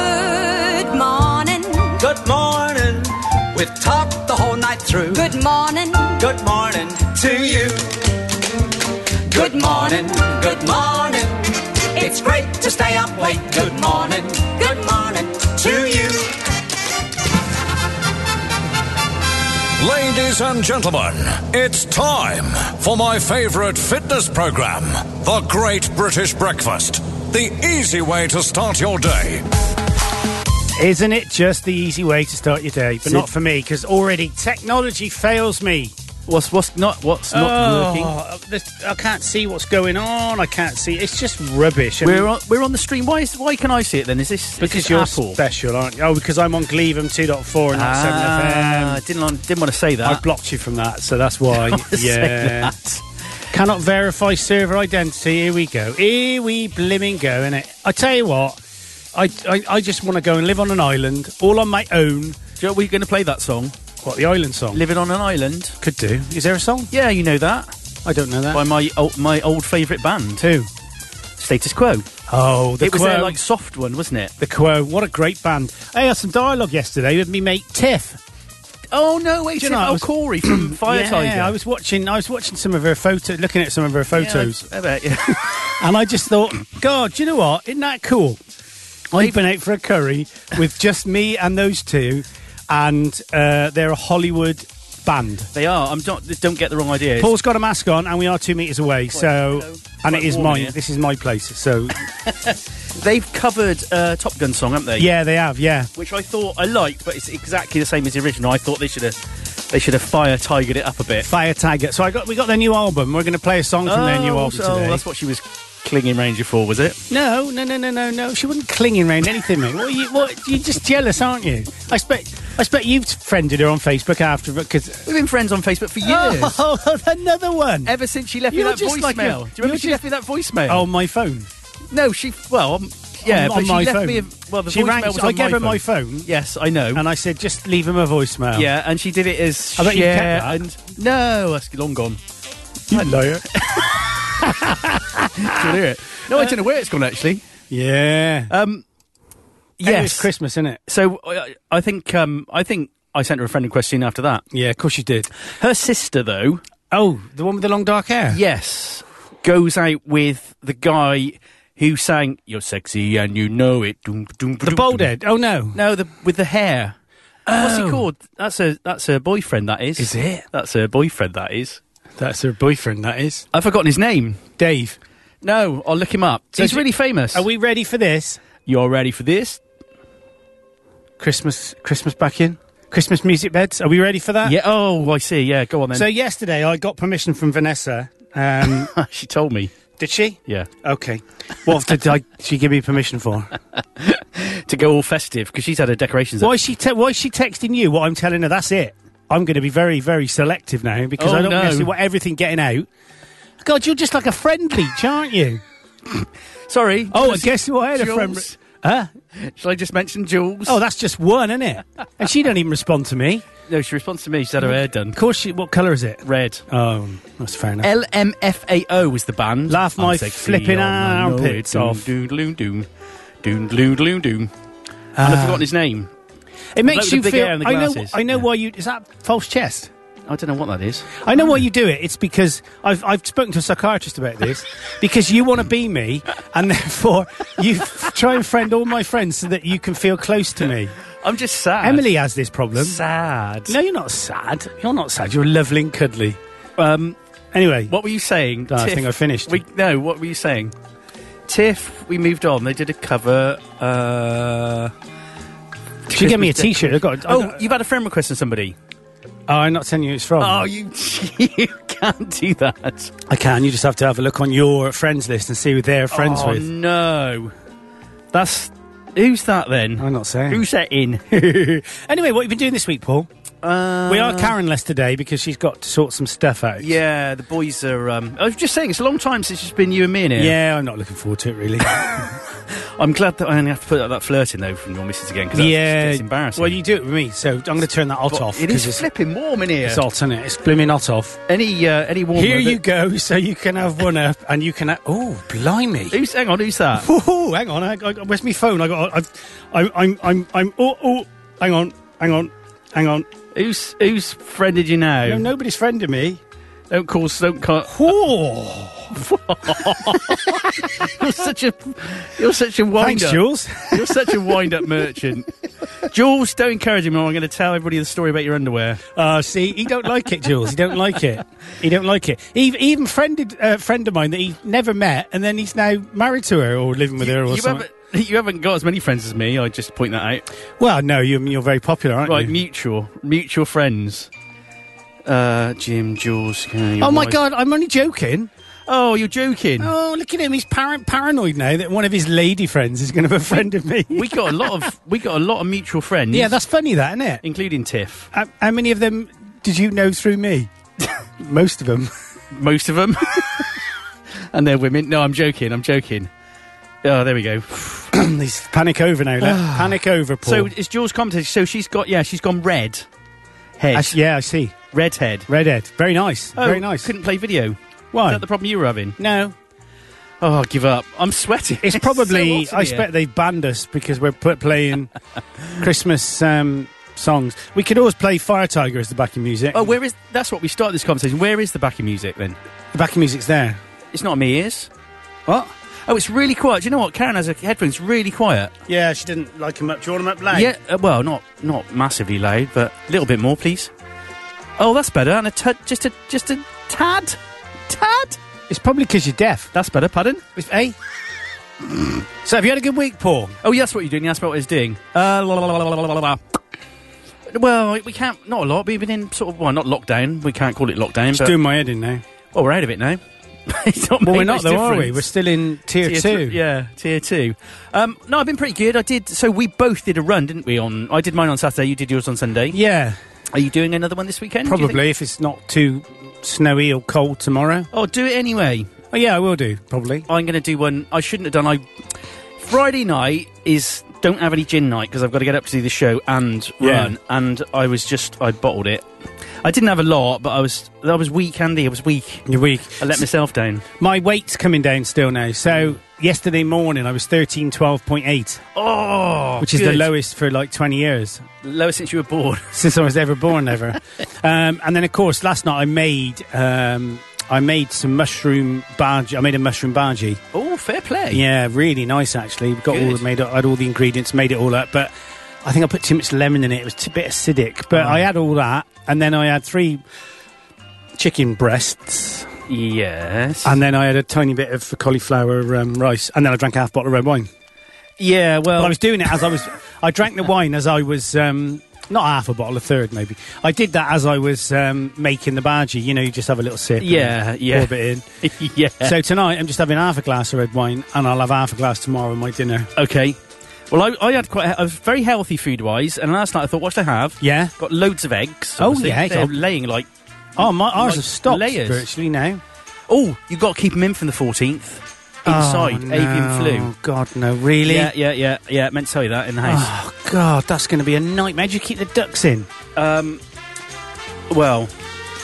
Good morning. Good morning. We've talked the whole night through. Good morning. Good morning to you. Good morning. Good morning. It's great to stay up late. Good morning. Good morning to you. Ladies and gentlemen, it's time for my favorite fitness program, The Great British Breakfast. The easy way to start your day. Isn't it just the easy way to start your day? But Sid- not for me, because already technology fails me. What's what's not what's not working? Oh, this- I can't see what's going on. I can't see. It's just rubbish. I mean, We're on we're on the stream. Why is why can I see it then? Is this is because this you're Apple? special, aren't you? Oh, because I'm on Gleevum 2.4 and not 7FM. Ah, didn't want- didn't want to say I that. blocked you from that, so that's why. yeah. Say Cannot verify server identity. Here we go. Here we blimming go, innit? I tell you what, I, I, I just want to go and live on an island, all on my own. that. Do you know, we're going to play that song, What, the island song? "Living on an Island." Could do. Is there a song? Yeah, you know that I don't know that. by my old, my old favourite band, Two. Status Quo. Oh, the it was Quo. their like soft one, wasn't it? the Quo. What a great band. I had some dialogue yesterday with me mate Tiff. Oh no, wait, Do you know, I oh was- Corey from Fire yeah, Tiger. I was watching. I was watching some of her photos, looking at some of her Yeah, I- photos, I bet, yeah. and I just thought, God, do you know what? Isn't that cool? I've been out for a curry with just me and those two, and uh, they're a Hollywood band. they are. I'm not. Don't get the wrong idea. Paul's got a mask on, and we are two meters away. so, hello. and Quite it is warm mine. here. This is my place. So, They've covered uh, Top Gun song, haven't they? yeah, they have. Yeah, Which I thought I liked, but it's exactly the same as the original. I thought they should have they should have Fire Tigered it up a bit. Fire Tiger. So I got we got their new album. We're going to play a song from their new Oh, album so today. that's what she was clinging Ranger for, was it? No, no, no, no, no, no. She wasn't clinging around anything, mate. What, are you, what? You're just jealous, aren't you? I expect, I expect you've friended her on Facebook after because. We've been friends on Facebook for years. Oh, another one. Ever since she left You're me that just voicemail. like a- Do you remember you're she left me that voicemail? Oh, my phone. no, she. Well, um, yeah, on, but on she my left phone. me. A, well, the she voicemail rang. was I on gave my her my phone. uh, phone, Yes, I know. and I said, just leave him a voicemail. yeah, and she did it as I bet you've share kept that. and no, that's long gone. you liar. Did you hear it? No, I don't know where it's gone actually. yeah. Um, Anyway, it's yes, Christmas, isn't it? So I, I think um, I think I sent her a friend request soon after that. Yeah, of course you did. Her sister, though, Oh, the one with the long dark hair. yes, goes out with the guy who sang "You're Sexy and You Know It." The bald head. Oh no. No, the with the hair. What's Oh. he called? That's her. That's her boyfriend. That is. Is it? That's her boyfriend. That is. That's her boyfriend. That is I've forgotten his name. Dave. No, I'll look him up. So He's d- really famous. Are we ready for this? You're ready for this? Christmas Christmas back in? Christmas music beds. Are we ready for that? yeah. Oh, I see. Yeah. Go on then. So yesterday I got permission from Vanessa. Um, she told me. did she? Yeah. Okay. What did I, she give me permission for? To go all festive because she's had her decorations. up. Why is she te- Why is she texting you? What I'm telling her? That's it. I'm going to be very very selective now because Oh, I don't no. necessarily want everything getting out. God, you're just like a friend leech, aren't you? Sorry. Oh, and guess what? I had a Jules. friend. Huh? Shall I just mention Jules? Oh, that's just one, isn't it? And she don't even respond to me. no. She responds to me. She's had her hair done. Of course, she. What colour is it? Red. Oh, that's fair enough. LMFAO was the band. Laugh my I'm sexy, flipping oh, I know armpits it. Doom, off. Doom, doom, doom, doom, doom, doom, doom. And I've forgotten his name. It bloke with makes the you big feel. hair and the I know. glasses. I know Yeah. why you. Is that false chest? I don't know what that is. I know why you do it. It's because I've I've spoken to a psychiatrist about this. because you want to be me, and therefore you f- try and friend all my friends so that you can feel close to me. I'm just sad. Emily has this problem. Sad. No, you're not sad. You're not sad. You're lovely and cuddly. Um, Anyway, what were you saying? No, I Tiff? think I finished. We, no, what were you saying? Tiff, we moved on. They did a cover. Uh, she gave me a Christmas T-shirt. I got. Oh, oh, you've had a friend request from somebody. I'm not telling you it's from. Oh, you, you can't do that. I can. You just have to have a look on your friends list and see who they're friends oh, with. no. That's. Who's that then? I'm not saying. Who's that in? anyway, what have you been doing this week, Paul? Uh, we are Karenless today because she's got to sort some stuff out. Yeah, the boys are. Um, I was just saying, it's a long time since it's been you and me in here. Yeah, I'm not looking forward to it really. I'm glad that I only have to put up that flirting though from your missus again because yeah, it's embarrassing. Well, you do it with me, so I'm going to turn that hot But off. It 'cause is it's, flipping warm in here. it's hot, isn't it? It's blooming hot off. Any uh, any warmer? Here you that- go, so you can have one up, and you can. Ha- oh, blimey! Who's hang on? Who's that? Ooh, hang on, I, I, where's my phone? I got. I've, I, I'm. I'm. I'm. Oh, oh, hang on, hang on, hang on. who's who's friended you now? No, nobody's friending me. Don't call. Don't call. Oh, You're such a you're such a wind thanks, up. Jules. You're such a wind up merchant. Jules, don't encourage him. or I'm going to tell everybody the story about your underwear. Uh, see, he don't like it, Jules. He don't like it. He don't like it. He he even friended a friend of mine that he never met, and then he's now married to her or living with her or you something. haven't you haven't got as many friends as me. I just point that out. Well, no, you're, you're very popular, aren't Right, you? mutual mutual friends. Uh, Jim, Jules. Kay, Oh my Wise- God, I'm only joking. Oh, you're joking. Oh, look at him. He's par- paranoid now that one of his lady friends is going to have a friend of me. We got a lot of we got a lot of mutual friends. yeah, that's funny, that, isn't it? including Tiff. How, how many of them did you know through me? Most of them. Most of them, and they're women. No, I'm joking. I'm joking. Oh, there we go. He's panic over now. Let, panic over, Paul. So it's Jules' competition. So she's got yeah, she's gone red. Head, I s- yeah, I see. red head. Redhead. Very nice. Oh, Very nice. Couldn't play video. Is Why? that the problem you were having? no, Oh, I'll give up. I'm sweating. It's probably. so hot in I here. expect they've banned us because we're put playing Christmas um, songs. We could always play Fire Tiger as the backing music. Oh, where is? That's what we started this conversation. Where is the backing music then? the backing music's there. It's not me ears. What? Oh, it's really quiet. Do you know what? Karen has her headphones really quiet. Yeah, she didn't like him up. Do you want him up loud? Yeah, uh, well, not not massively loud, but a little bit more, please. Oh, that's better. And a tad, just a just a tad, tad. It's probably because you're deaf. That's better. Pardon. It's, eh? so have you had a good week, Paul? Oh, yeah, that's what you're doing. That's what it's doing. Uh, la, la, la, la, la, la, la, la. Well, we can't. Not a lot. We've been in sort of well, not lockdown. We can't call it lockdown. It's but, doing my head in now. well, we're out of it now. It's not Well, made we're not much though, are we? difference. We're still in tier, th- two. yeah, tier two. Um, no, I've been pretty good. I did. So we both did a run, didn't we? On I did mine on Saturday. You did yours on Sunday. Yeah, Are you doing another one this weekend? do you think? probably if it's not too snowy or cold tomorrow. Oh, do it anyway. Oh yeah, I will do probably. I'm going to do one I shouldn't have done. I Friday night is don't have any gin night because I've got to get up to do the show and Yeah. run. And I was just I bottled it. I didn't have a lot, but I was I was weak, Andy. I was weak. Your week. I let myself down. My weight's coming down still now. So yesterday morning I was thirteen twelve point eight, Oh, which is the good. lowest for like twenty years lowest since you were born. since I was ever born ever. um, and then of course last night I made um, I made some mushroom bhaji. I made a mushroom bhaji. Oh, fair play. Yeah, really nice actually. Got all Good. the made. I had all the ingredients, made it all up, but. I think I put too much lemon in it. It was a bit acidic, but I had all that, and then I had three chicken breasts, Yes. and then I had a tiny bit of cauliflower um, rice, and then I drank half bottle of red wine. yeah. But Well, I was doing it as I was. I drank the wine as I was. Um, not half a bottle, a third maybe. I did that as I was um, making the bhaji. You know, you just have a little sip. and Yeah, yeah. Pour a bit in. yeah. So tonight I'm just having half a glass of red wine, and I'll have half a glass tomorrow on my dinner. okay. Well, I, I had quite. A, I was very healthy food wise, and last night I thought, what should I have? Yeah. Got loads of eggs. Oh, obviously. yeah, They're yeah. laying like. Oh, my ours Like have stopped layers. virtually now. Oh, you've got to keep them in from the 14th. Inside, oh, avian no. flu. God, no, really? Yeah, yeah, yeah, yeah. Meant to tell you that in the house. Oh God, that's going to be a nightmare. Do you keep the ducks in? Um, well,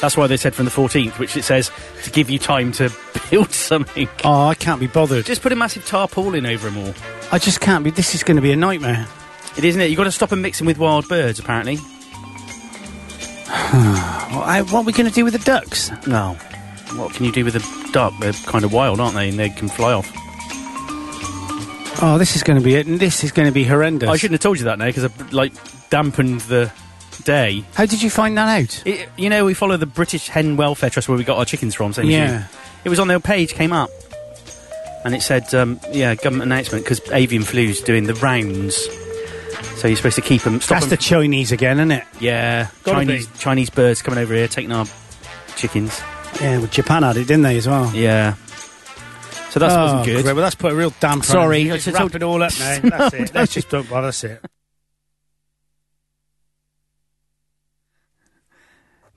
that's why they said from the 14th, which it says to give you time to build something. Oh, I can't be bothered. Just put a massive tarpaulin over them all. I just can't be. This is going to be a nightmare. It isn't it. You've got to stop them mixing with wild birds, apparently. Well, Oh, I- what are we going to do with the ducks? No. What can you do with a duck? They're kind of wild, aren't they? And they can fly off. Oh, this is going to be it. This is going to be horrendous. I shouldn't have told you that now because I've like dampened the day. How did you find that out? It, you know, we follow the British Hen Welfare Trust where we got our chickens from. Same as Yeah. you. It was on their page, came up, and it said, um, "Yeah, government announcement because avian flu's doing the rounds." So you're supposed to keep them. Stop That's the 'em- Chinese again, isn't it? yeah, Gotta be. Chinese Chinese birds coming over here taking our chickens. Yeah, well, Japan had it, didn't they, as well? Yeah. So that oh, wasn't good. great. Well, that's put a real damper. Sorry, on. I it. should just wrap told- it all up now. That's it. Let's just don't bother. That's it.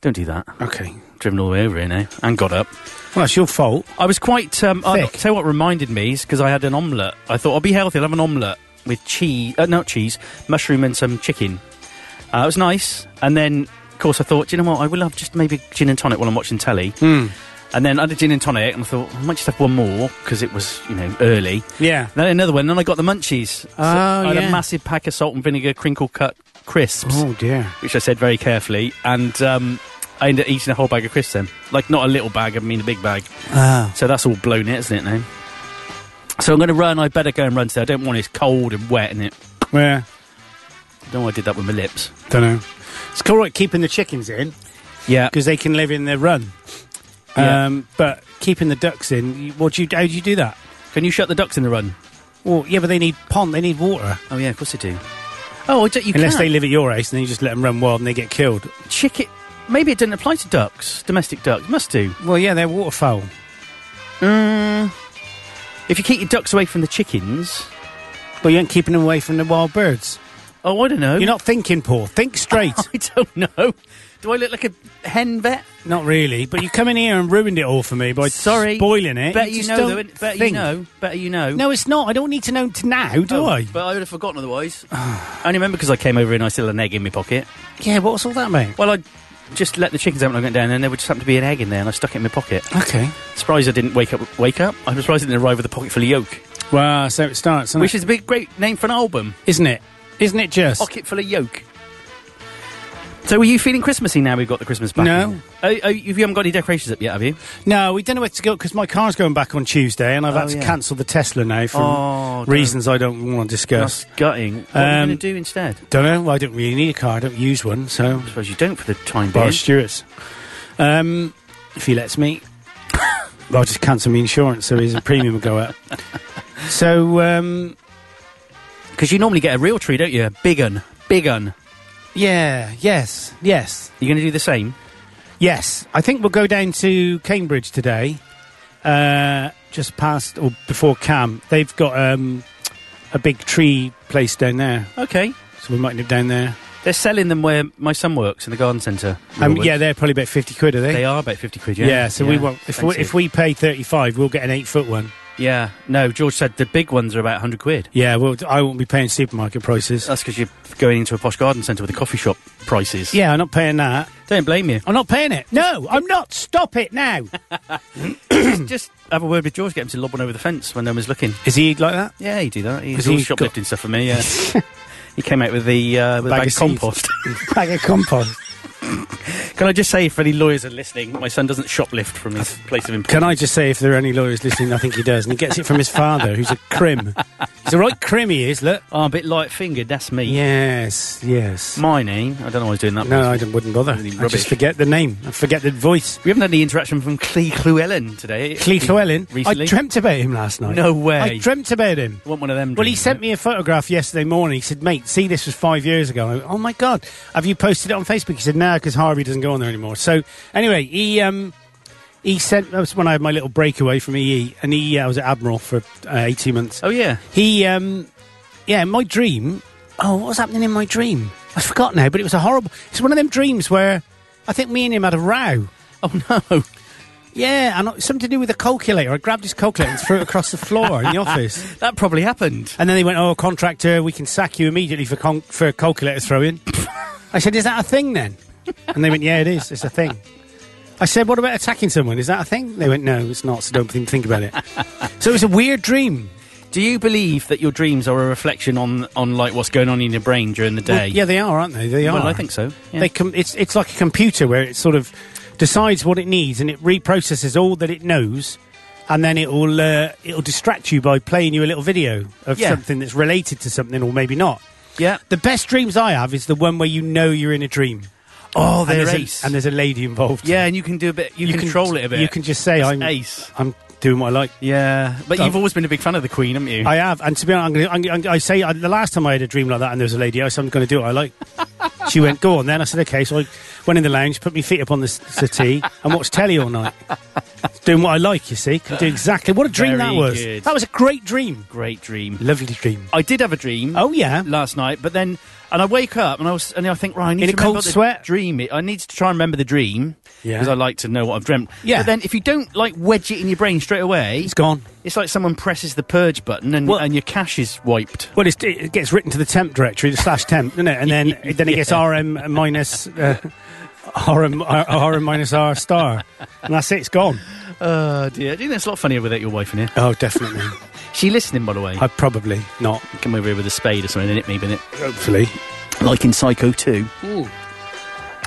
Don't do that. Okay. Driven all the way over here now and got up. Well, that's your fault. I was quite. Um, I Thick. tell you what reminded me is because I had an omelette. I thought I'll be healthy. I'll have an omelette with cheese, uh, not cheese, mushroom and some chicken. Uh, it was nice. And then, of course, I thought, "Do you know what? I will have just maybe gin and tonic while I'm watching telly. And then I had a gin and tonic, and I thought I might just have one more because it was you know early. Yeah. Then another one. And then I got the munchies. So Oh, I had yeah. a massive pack of salt and vinegar crinkle cut crisps Oh dear. which I said very carefully, and um, I ended up eating a whole bag of crisps then. Like, not a little bag, I mean a big bag. Ah. So that's all blown it, isn't it, now? So I'm going to run. I better go and run today. I don't want it. It's cold and wet, and it. Yeah. I don't know why I did that with my lips. Don't know. It's all right keeping the chickens in Yeah. because they can live in their run. Yeah. Um, but keeping the ducks in, you- what do you? How do you do that? Can you shut the ducks in the run? Well, yeah, but they need pond. They need water. Oh, yeah, of course they do. Oh, I don't, you Unless can't. they live at your house and then you just let them run wild and they get killed. Chicken. Maybe it didn't apply to ducks, domestic ducks. Must do. Well, yeah, they're waterfowl. If you keep your ducks away from the chickens. But you ain't keeping them away from the wild birds. Oh, I don't know. You're not thinking, Paul. Think straight. I don't know. Do I look like a hen vet? not really. But you come in here and ruined it all for me by Sorry, spoiling it. Better you, just know, don't though. innit? Better you think. know. Better you know. No, it's not. I don't need to know to now, do Oh, I? But I would have forgotten otherwise. I only remember because I came over and I still had an egg in my pocket. yeah, what's all that, mate? Well, I just let the chickens out when I went down, and there would just happen to be an egg in there, and I stuck it in my pocket. Okay. Surprised I didn't wake up. Wake up! I'm surprised I didn't arrive with a pocket full of yolk, Ah. Well, so it starts, isn't which it? is a big, great name for an album. Isn't it? Isn't it just? Pocket full of yolk. So, are you feeling Christmassy now? We've got the Christmas back. No. Oh, oh, you haven't got any decorations up yet, have you? No, we don't know where to go because my car's going back on Tuesday, and I've Oh, had to yeah. cancel the Tesla now for Oh, don't- reasons I don't want to discuss. That's gutting. What are you Um, going to do instead? Don't know. I don't really need a car. I don't use one, so I suppose you don't for the time being. Boris Stewart's. Um, if he lets me, I'll just cancel my insurance, so his premium will go up. So um, Because you normally get a real tree, don't you? A big un. Big un. yeah, yes, yes, You're going to do the same? yes. I think we'll go down to Cambridge today, uh, just past or before Cam. They've got um, a big tree place down there, Okay. so we might nip down there. They're selling them where my son works in the garden centre. Um, Woolworths. yeah, they're probably about fifty quid, are they? they are about fifty quid. Yeah, Yeah, so we won't. If we, Expensive. if we pay thirty-five, we'll get an eight-foot one. yeah, no. George said the big ones are about hundred quid. Yeah, well, I won't be paying supermarket prices. That's because you're going into a posh garden centre with a coffee shop prices. Yeah, I'm not paying that. don't blame you. I'm not paying it. No, I'm not. Stop it now. Just have a word with George, get him to lob one over the fence when no one's looking. Is he like that? Yeah, he do that. He's Has all he got- shoplifting stuff for me. Yeah, he came out with the uh, with a Bag of bag of seeds. compost. Bag of compost. Can I just say, if any lawyers are listening, my son doesn't shoplift from his place of employment. Can I just say, if there are any lawyers listening, I think he does, and he gets it from his father, who's a crim. He's a right crim. He is. Look. Oh, a bit light fingered. That's me. Yes. Yes. Mine, eh? I don't know why I was doing that. No, I don't- wouldn't bother. Really I rubbish. just forget the name. I forget the voice. We haven't had any interaction from Clee Llewellyn today. Cleef Llewellyn. Recently? I dreamt about him last night. No way. I dreamt about him. Want one of them? Well, he dreams, sent innit? me a photograph yesterday morning. He said, "Mate, see, this was five years ago." I went, oh my god, have you posted it on Facebook? He said, "No, because Harvey doesn't go on there anymore." So anyway, he um, he sent. That was when I had my little breakaway from EE, and he uh, I was at Admiral for uh, eighteen months. Oh yeah. He um, yeah, my dream. Oh, what was happening in my dream? I forgot now, but it was a horrible. It's one of them dreams where I think me and him had a row. Oh no. Yeah, and it- something to do with a calculator. I grabbed his calculator and threw it across the floor in the office. That probably happened. And then they went, "Oh, contractor, we can sack you immediately for con- for calculator throwing." I said, "Is that a thing then?" And they went, "Yeah, it is. It's a thing." I said, "What about attacking someone? Is that a thing?" They went, "No, it's not. So don't even think about it." so it was a weird dream. Do you believe that your dreams are a reflection on on like what's going on in your brain during the day? Well, yeah, they are, aren't they? They are. Well, I think so, yeah. They com- it's it's like a computer where it sort of decides what it needs and it reprocesses all that it knows. And then it will uh, it'll distract you by playing you a little video of Yeah. something that's related to something or maybe not. Yeah. The best dreams I have is the one where you know you're in a dream. oh, and they're there's ace. A, and there's a lady involved. yeah, and you can do a bit. You, You control can, it a bit. You can just say It's I'm ace. I'm doing what I like. Yeah, but Oh. you've always been a big fan of the Queen, haven't you? I have, and to be honest, I'm gonna, I'm, gonna- I say I, the last time I had a dream like that, and there was a lady, I said I'm going to do what I like. she went, "Go on, then." I said, "Okay." So I went in the lounge, put my feet up on the s- settee, and watched telly all night. Doing what I like, you see. Can do exactly. What a dream Very that was. good. That was a great dream. Great dream. Lovely dream. I did have a dream. Oh, yeah. last night, but then and I wake up and I was and I think right, I In need to a cold remember the sweat? Dream it. I need to try and remember the dream Yeah. because I like to know what I've dreamt. Yeah. But then if you don't like wedge it in your brain straight away, It's gone. It's like someone presses the purge button and Well- and your cache is wiped. Well, it's, it gets written to the temp directory, the slash temp, doesn't it? And then then it gets RM minus uh, RM, R- RM minus R star, and that's it. It's gone. Oh dear! Do you think it's a lot funnier without your wife in here? Oh, definitely. She listening, by the way. I probably not. come over here with a spade or something and hit me, but it Hopefully, like in Psycho Two.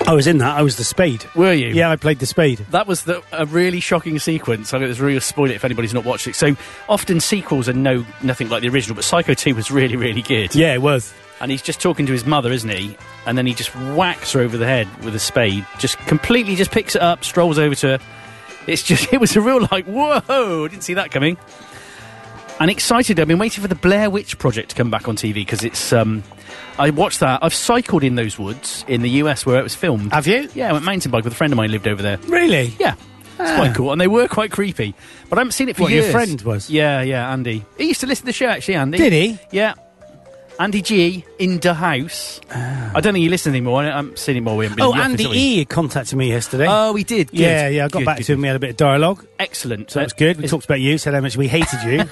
I was in that. I was the spade. Were you? Yeah, I played the spade. That was the, a really shocking sequence. I'm going to really spoil it if anybody's not watched it. So often sequels are no nothing like the original, but Psycho Two was really really good. Yeah, it was. And he's just talking to his mother, isn't he? And then he just whacks her over the head with a spade. Just completely just picks it up, strolls over to her. It's just it was a real like whoa! I didn't see that coming. And excited, I've been waiting for the Blair Witch Project to come back on TV because it's. Um, I watched that. I've cycled in those woods in the US where it was filmed. Have you? Yeah, I went mountain bike with a friend of mine who lived over there. Really? Yeah. It's quite cool, and they were quite creepy. But I haven't seen it for Ah. What, your years. friend was? Yeah, yeah, Andy. He used to listen to the show actually. Andy Did he? Yeah. Andy G in the house. I don't think he listens anymore. I haven't seen him while we haven't been. Ah. Oh, in the Andy office, have we? E contacted me yesterday. Oh, he did. Good. yeah, yeah. I got Good, back good, to him. We had a bit of dialogue. good. Excellent. Uh, So that was good. We It's- talked about you, said how much we hated you,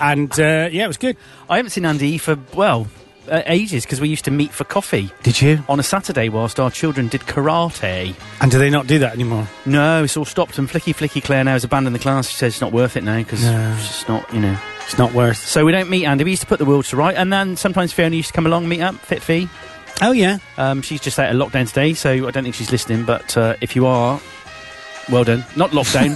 and uh, yeah, it was good. I haven't seen Andy E for well uh, ages because we used to meet for coffee Did you? on a Saturday whilst our children did karate. And do they not do that anymore? No, it's all stopped. And Flicky Flicky Claire now has abandoned the class. She says it's not worth it now because No. it's just not, you know. It's not worth. So we don't meet Andy. We used to put the world to right, and then sometimes Fiona used to come along, meet up, Fit Fee. Oh yeah. Um, she's just out of lockdown today, so I don't think she's listening. But uh, if you are, well done. Not lockdown,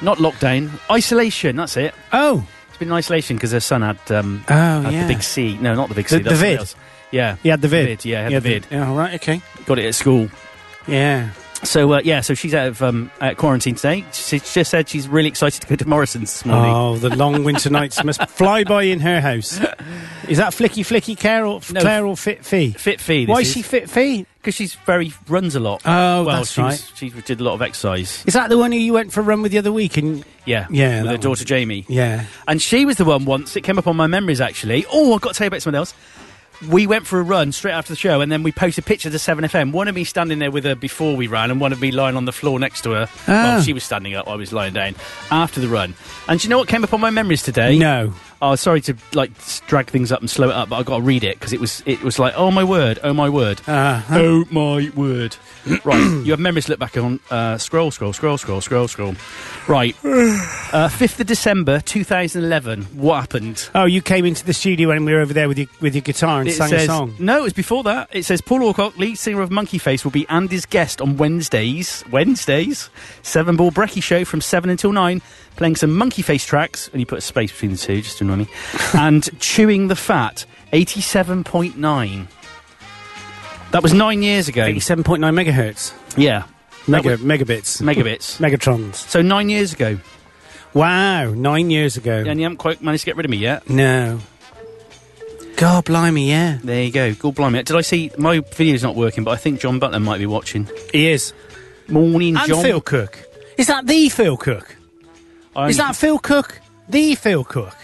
not lockdown. Isolation. That's it. Oh. It's been in isolation because her son had um, Oh had yeah. the big C. No, not the big C. The- that's the something vid. else. Yeah, He had the vid. Yeah, had He the vid. Yeah, all right, okay. Got it at school. Yeah. So uh, yeah, so she's out of um, out of quarantine today. She, she just said she's really excited to go to Morrison's this morning. Oh, the long winter nights must fly by in her house. Is that flicky flicky Claire or No. Claire or Fit Fee? Fit Fee. Why is she Fit Fee? Because she's very runs a lot. Oh, well, that's she's, right. She did a lot of exercise. Is that the one who you went for a run with the other week? And Yeah, Yeah, that With her one. daughter Jamie. yeah, And she was the one once, it came up on my memories actually. Oh, I've got to tell you about someone else. We went for a run straight after the show and then we posted pictures of 7FM. One of me standing there with her before we ran and one of me lying on the floor next to her. Well, she was standing up, I was lying down after the run. And do you know what came up on my memories today? No. Oh, sorry to like s- drag things up and slow it up, but i got to read it because it was, it was like, oh my word, oh my word. Oh my word. right, you have memories to look back on. Uh, scroll, scroll, scroll, scroll, scroll, scroll. Right. Uh, 5th of December 2011. What happened? Oh, you came into the studio and we were over there with your with your guitar and It sang says, a song. No, it's before that. It says Paul Orcock, lead singer of Monkey Face, will be Andy's guest on Wednesdays. Wednesdays? Seven Ball Brekkie show from 7 until 9, playing some Monkey Face tracks. And you put a space between the two, just to annoy me. and Chewing the Fat, 87.9. That was nine years ago. Eighty-seven point nine megahertz, Yeah. That mega megabits, Megabits. megatrons. So nine years ago. Wow, nine years ago. And you haven't quite managed to get rid of me yet. No. God blimey, yeah, There you go. God blimey. Did I see my video's not working, but I think John Butler might be watching. he is. Morning, And John. Phil Cook. Is that the Phil Cook? I'm- Is that Phil Cook? The Phil Cook?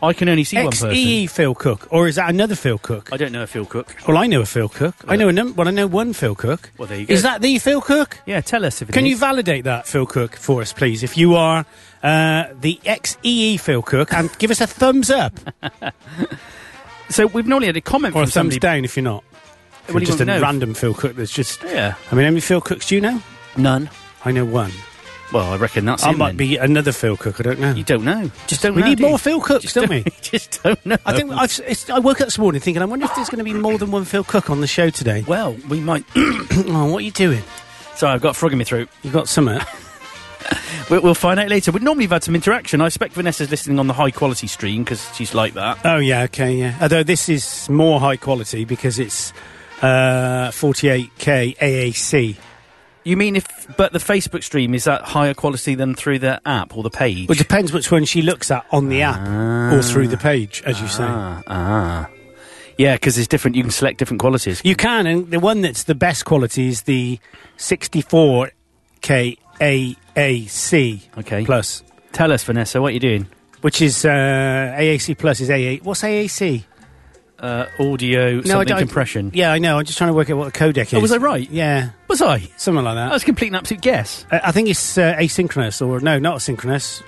I can only see one X person. E Phil Cook? Or is that another Phil Cook? I don't know if Phil Cook. Well, I know a Phil Cook. I know a num- well, I know one Phil Cook. Well, there you go. Mm-hmm. Is that the Phil Cook? Yeah, tell us if it Can you is. validate that, Phil Cook, for us, please? If you are uh, the XEE Phil Cook, and give us a thumbs up so we've normally had a comment or a from thumbs somebody. down if you're not. If you're Well, you just a won't know. random Phil Cook that's just. Yeah. I mean, how many Phil Cooks do you know? None. I know one. Well, I reckon that's I it might then. be another Phil Cook. I don't know. You don't know. Just don't. We know, need do you? more Phil Cooks, Just don't we? Just don't know. I think I've, it's, I woke up this morning thinking, I wonder if there's going to be more than one Phil Cook on the show today. Well, we might. oh, what are you doing? Sorry, I've got a frog in my throat. You got uh? something? We'll, we'll find out later. We'd normally have had some interaction. I expect Vanessa's listening on the high quality stream because she's like that. oh yeah, okay, yeah. Although this is more high quality because it's uh, 48k AAC. You mean if? But the Facebook stream is that higher quality than through the app or the page? Well, it depends which one she looks at on the app or through the page, as you say. ah, ah. yeah, because it's different. You can select different qualities. You can, and the one that's the best quality is the 64k AAC Okay. Plus, Tell us, Vanessa, what you are doing? which is uh, AAC Plus is AA. What's AAC? Uh, audio, I something don't- compression. yeah, I know. I'm just trying to work out what a codec is. Oh, was I right? Oh, Yeah, Was I? something like That that. was complete and absolute guess. I I think it's uh, asynchronous, or no, not asynchronous.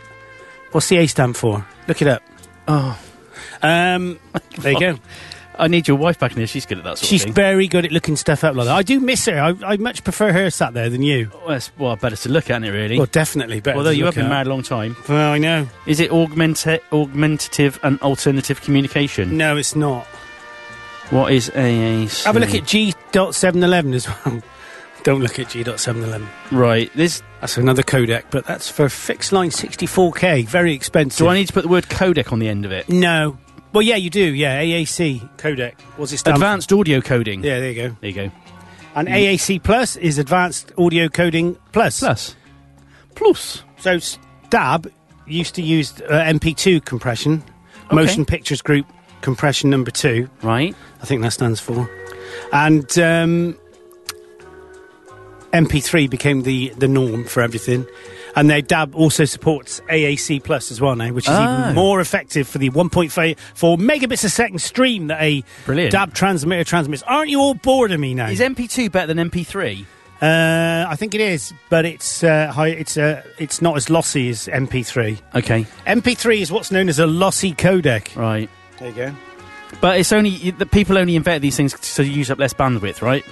What's the A stand for? Look it up. Oh. Um, there you go. I need your wife back in here. She's good at that sort She's of thing. very good at looking stuff up like that. I do miss her. I, I much prefer her sat there than you. well, it's- well, better to look at it, really. Well, definitely. Better Although to you have look been up. married a long time. Well, I know. Is it augmenta- augmentative and alternative communication? No, it's not. What is AAC? Have a look at G.711 as well. Don't look at G.711. Right. This. That's another codec, but that's for fixed line 64K. Very expensive. Do I need to put the word codec on the end of it? No. Well, yeah, you do. Yeah, AAC codec. Was it stand for? Hmm. Advanced audio coding. Um, Yeah, there you go. There you go. And AAC Plus is Advanced Audio Coding Plus. Plus. Plus. So Stab used to use uh, MP2 compression, Motion Pictures Group compression number two. Right. I think that stands for. And um, MP3 became the, the norm for everything. And their DAB also supports AAC Plus as well now, which is Oh. even more effective for the 1.4 megabits a second stream that a Brilliant. DAB transmitter transmits. Aren't you all bored of me now? Is MP2 better than MP3? Uh, I think it is, but it's uh, high, it's uh, it's not as lossy as MP3. Okay. MP3 is what's known as a lossy codec. Right. There you go. But it's only the people only invented these things to use up less bandwidth, right?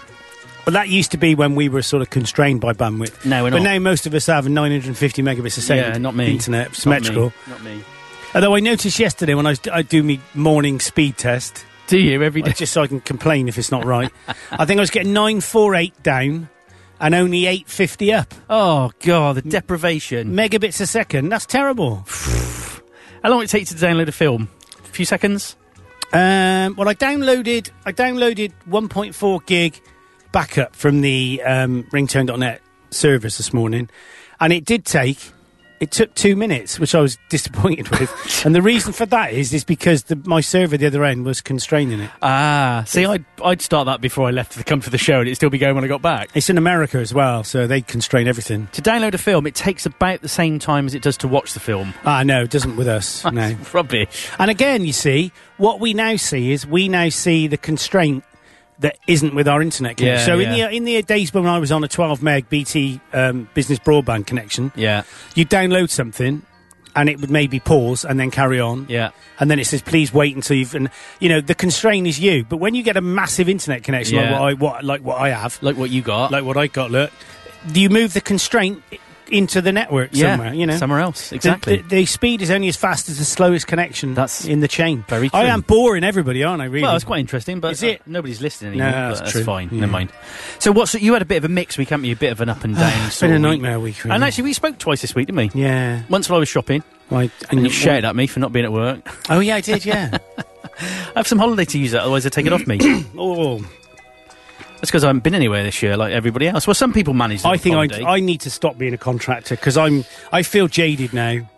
Well, that used to be when we were sort of constrained by bandwidth. No, we're but not. now most of us have 950 megabits a second. yeah, not me. Internet Not symmetrical. me. Not me. Although I noticed yesterday when I, was- I do my morning speed test, Do you every day? like, just so I can complain if it's not right. I think I was getting 948 down and only 850 up Oh god, the deprivation. megabits a second. That's terrible. How long would it take to download a film? A few seconds? Um, well, I downloaded I downloaded 1.4 gig backup from the um, ringtone.net service this morning, and it did take it took two minutes, which I was disappointed with. and the reason for that is is because the, my server at the other end was constraining it. Ah, see, I'd, I'd start that before I left to come for the show, and it'd still be going when I got back. It's in America as well, so they constrain everything. To download a film, it takes about the same time as it does to watch the film. Ah, no, it doesn't with us. No. Rubbish. And again, you see, what we now see is we now see the constraint that isn't with our internet connection. Yeah, so yeah. in the in the days when I was on a 12 meg BT um, business broadband connection, Yeah, you download something and it would maybe pause and then carry on. yeah. And then it says, "Please wait until you've." And you know, the constraint is you. But when you get a massive internet connection, Yeah. like what I what, like what I have, Like what you got. like what I got, look, you move the constraint into the network yeah, somewhere. You know, Somewhere else, the- exactly. The, the speed is only as fast as the slowest connection That's in the chain. very I true. am boring everybody, aren't I? Really? well, it's quite interesting, but Is it? uh, nobody's listening No, anymore. but that's that's true. fine. Yeah. Never mind. So, what's you had a bit of a mix week, haven't you? A bit of an up and down. it's been a nightmare week. Really. And actually, we spoke twice this week, didn't we? yeah. Once while I was shopping, Like, and you shouted at me for not being at work. Oh yeah, I did. Yeah. I have some holiday to use that, otherwise they take it off me. That's oh, because I haven't been anywhere this year, like everybody else. Well, some people manage. I think holiday. I, I need to stop being a contractor because I'm I feel jaded now.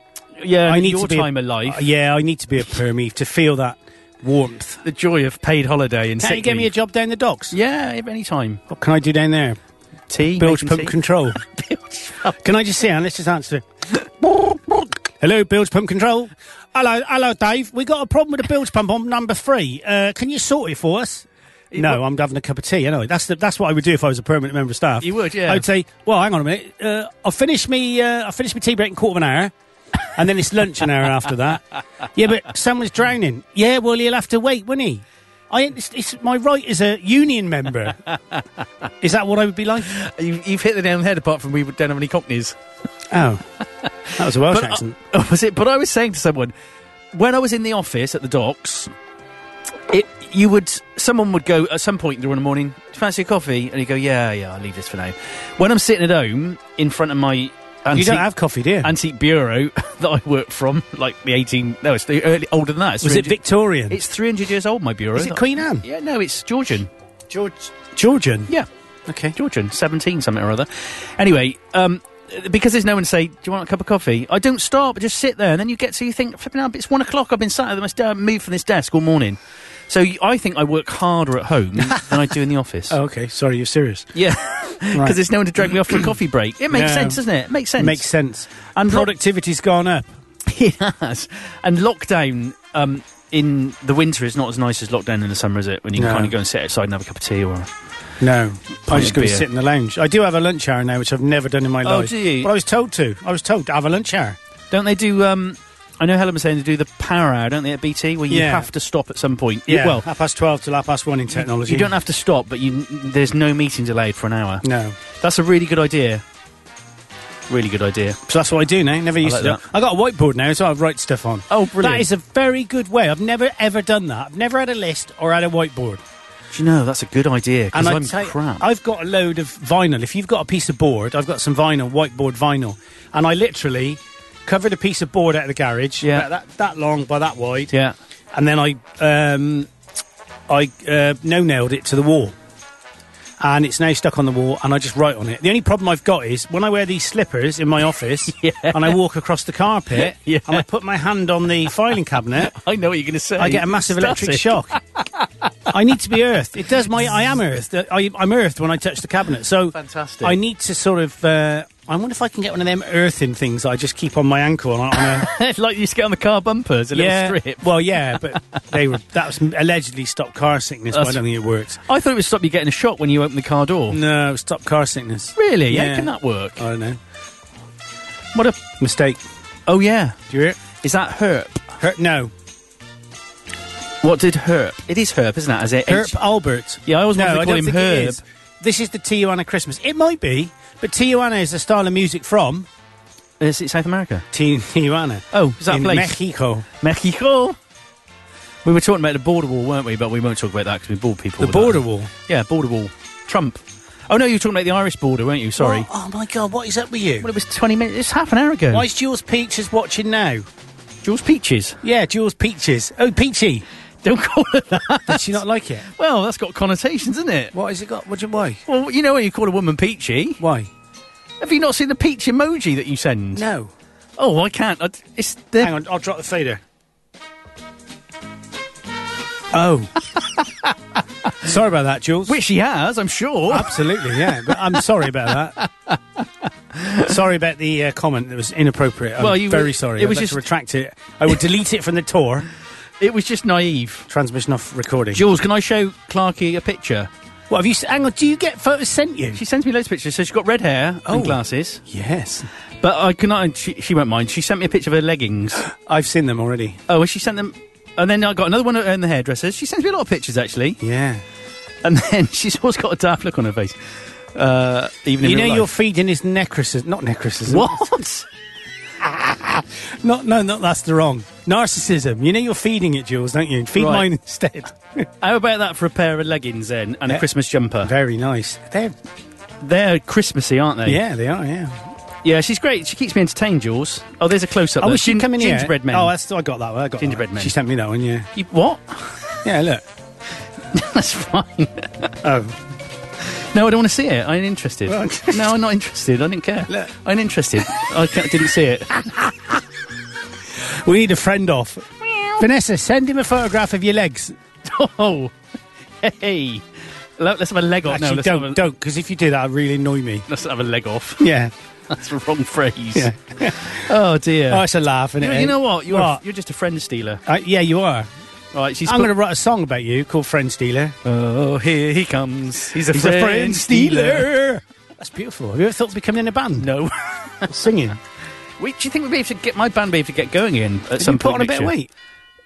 yeah, I need your to be time a, alive, Uh, yeah, I need to be a permie to feel that warmth. the joy of paid holiday and Can you sick get me a leave. job down the docks? yeah, if any time What can I do down there? tea Bilge making pump tea. control. Can I just see? Let's just answer. Hello, bilge pump control. Hello, hello, Dave. We got a problem with the bilge pump on number three. Uh, can you sort it for us? No, I'm having a cup of tea. Anyway, that's the, that's what I would do if I was a permanent member of staff. You would, yeah. I'd say, well, hang on a minute. Uh, I'll finish me. Uh, I'll finish my tea break in quarter of an hour, and then it's lunch an hour after that. Yeah, but someone's drowning. Yeah, well, he'll have to wait, won't he? I, it's, it's my right as a union member. Is that what I would be like? You, you've hit the nail on the head. Apart from we don't have any cockneys. Oh, that was a Welsh But I- accent. oh, was it? But I was saying to someone when I was in the office at the docks, it you would someone would go at some point during the morning, "Do you fancy a coffee? And you go, yeah, yeah, I'll leave this for now. When I'm sitting at home in front of my you antique, don't have coffee, do you? antique bureau that I work from, like the 18, no, it's the early older than that. It's was it 300 Victorian? It's 300 years old, my bureau. Is it Queen Anne? Yeah, no, it's Georgian. George Georgian. Yeah. Okay. Georgian, 17 something or other. Anyway, um, because there's no one to say, Do you want a cup of coffee? I don't start, but just sit there. And then you get to, you think, flipping up, it's one o'clock. I've been sat there, I must uh, move from this desk all morning. So y- I think I work harder at home than I do in the office. Oh, okay. Sorry, you're serious. Yeah. because Oh. Right. there's no one to drag me off for a coffee break. It makes No. sense, doesn't it? It makes sense. Makes sense. And And not- productivity's gone up. It has. And lockdown um, in the winter is not as nice as lockdown in the summer, is it? When you can No. kind of go and sit outside and have a cup of tea or. No, I just of go and beer. sit in the lounge. I do have a lunch hour now, which I've never done in my Oh, life. do you? But I was told to. I was told to have a lunch hour. Don't they do? Um, I know Helen was saying they do the power hour, don't they, at BT, where you Yeah. have to stop at some point. You- well, half past twelve till half past one in technology. you don't have to stop, but you there's no meetings allowed for an hour. No, That's a really good idea. Really good idea. so that's what I do now. Never used like to. that. Do. I got a whiteboard now, so I write stuff on. Oh, brilliant. That is a very good way. I've never ever done that. I've never had a list or had a whiteboard. Do you know that's a good idea? Because I I'm tell you, crap. I've got a load of vinyl. If you've got a piece of board, I've got some vinyl, whiteboard vinyl, and I literally covered a piece of board out of the garage. Yeah. about that that long by that wide. yeah. and then I um, I uh, no nailed it to the wall, and it's now stuck on the wall, and I just write on it. The only problem I've got is when I wear these slippers in my office, and I walk across the carpet, Yeah. and I put my hand on the filing cabinet, I know what you're going to say. I get a massive electric shock. I need to be earthed. It does my. I am earthed. I, I'm earthed when I touch the cabinet. So Fantastic. I need to sort of. Uh, I wonder if I can get one of them earthing things that I just keep on my ankle on, on a like you used to get on the car bumpers, a little yeah. strip. Well, yeah, but they were that was allegedly stop car sickness, but I That's- don't think it works. I thought it would stop you getting a shot when you open the car door. No, stop car sickness. Really? Yeah. Yeah. Can that work? I don't know. What a. Mistake. Oh yeah. Do you hear it? Is that herp? Herp, no. What did herp? It is herp, isn't that? Is it? Herp Albert. Yeah, I always no, wanted to I call don't him think Herb. It is. This is the Tijuana Christmas. It might be, but Tijuana is the style of music from Is it South America? Ti- Tijuana. Oh, is that in a place? Mexico. Mexico. We were talking about the border wall, weren't we? But we won't talk about that because we bored people. The with border that. wall. Yeah, border wall. Trump. Oh no, you were talking about the Irish border, weren't you? Sorry. What? Oh, my God, what is up with you? Well, it was twenty minutes. It's half an hour ago. Why is Jules Peaches watching now? Jules Peaches? Yeah, Jules Peaches. Oh, Peachy. Don't call her that. Did she not like it? Well, that's got connotations, isn't it? What has it got? What do you, why? Well, you know when you call a woman peachy. Why? Have you not seen the peach emoji that you send? No. Oh, I can't. I, it's the Hang on, I'll drop the fader. Oh. sorry about that, Jules. which she has, I'm sure. Absolutely, yeah. But I'm sorry about that. sorry about the uh, comment that was inappropriate. I'm Well, you very were- sorry. it I'd was like just- to retract it. I will delete it from the tour. It was just naive. Transmission off recording. Jules, can I show Clarky a picture? what have you? s- Hang on. Do you get photos sent you? She sends me loads of pictures. So she's got red hair Oh. and glasses, Yes, but I cannot. She, she won't mind. She sent me a picture of her leggings. I've seen them already. oh, and she sent them. And then I got another one in the hairdressers. She sends me a lot of pictures actually. Yeah. And then she's always got a daft look on her face. Uh, even You in know real you're life. feeding his necrosis, not necrosis. what? Not, no, no, that's the wrong. Narcissism. You know you're feeding it, Jules, don't you? Feed Right. mine instead. How about that for a pair of leggings then and a Yeah. Christmas jumper? Very nice. They're, They're Christmassy, aren't they? yeah, they are, yeah. Yeah, she's great. She keeps me entertained, Jules. Oh, there's a close up. I wish she'd come in here. Gingerbread men. Oh, that's, I got that one. I got that. Gingerbread one. men. She sent me that one, yeah. You- what? Yeah, look. that's fine. Oh, No, I don't want to see it. I'm interested. Well, okay. no, I'm not interested. I didn't care. Look. I'm interested. I ca- didn't see it. we need a friend off. Vanessa, send him a photograph of your legs. Oh, hey. Let- Let's have a leg off. Actually, no, let's don't, have a, don't, because if you do that, it'll really annoy me. Let's have a leg off. Yeah. That's the wrong phrase. Yeah. Oh dear. Oh, it's a laugh, and you, it? you know what? You're What? you're just a friend stealer. Uh, yeah, you are. All right. She's. I'm put- going to write a song about you called Friend Stealer. Oh, here he comes. He's a He's a friend stealer. That's beautiful. Have you ever thought of becoming in a band? No. Singing. Wait, do you think we'd be able to get my band be able to get going again at some you put point? on a next bit of year? weight.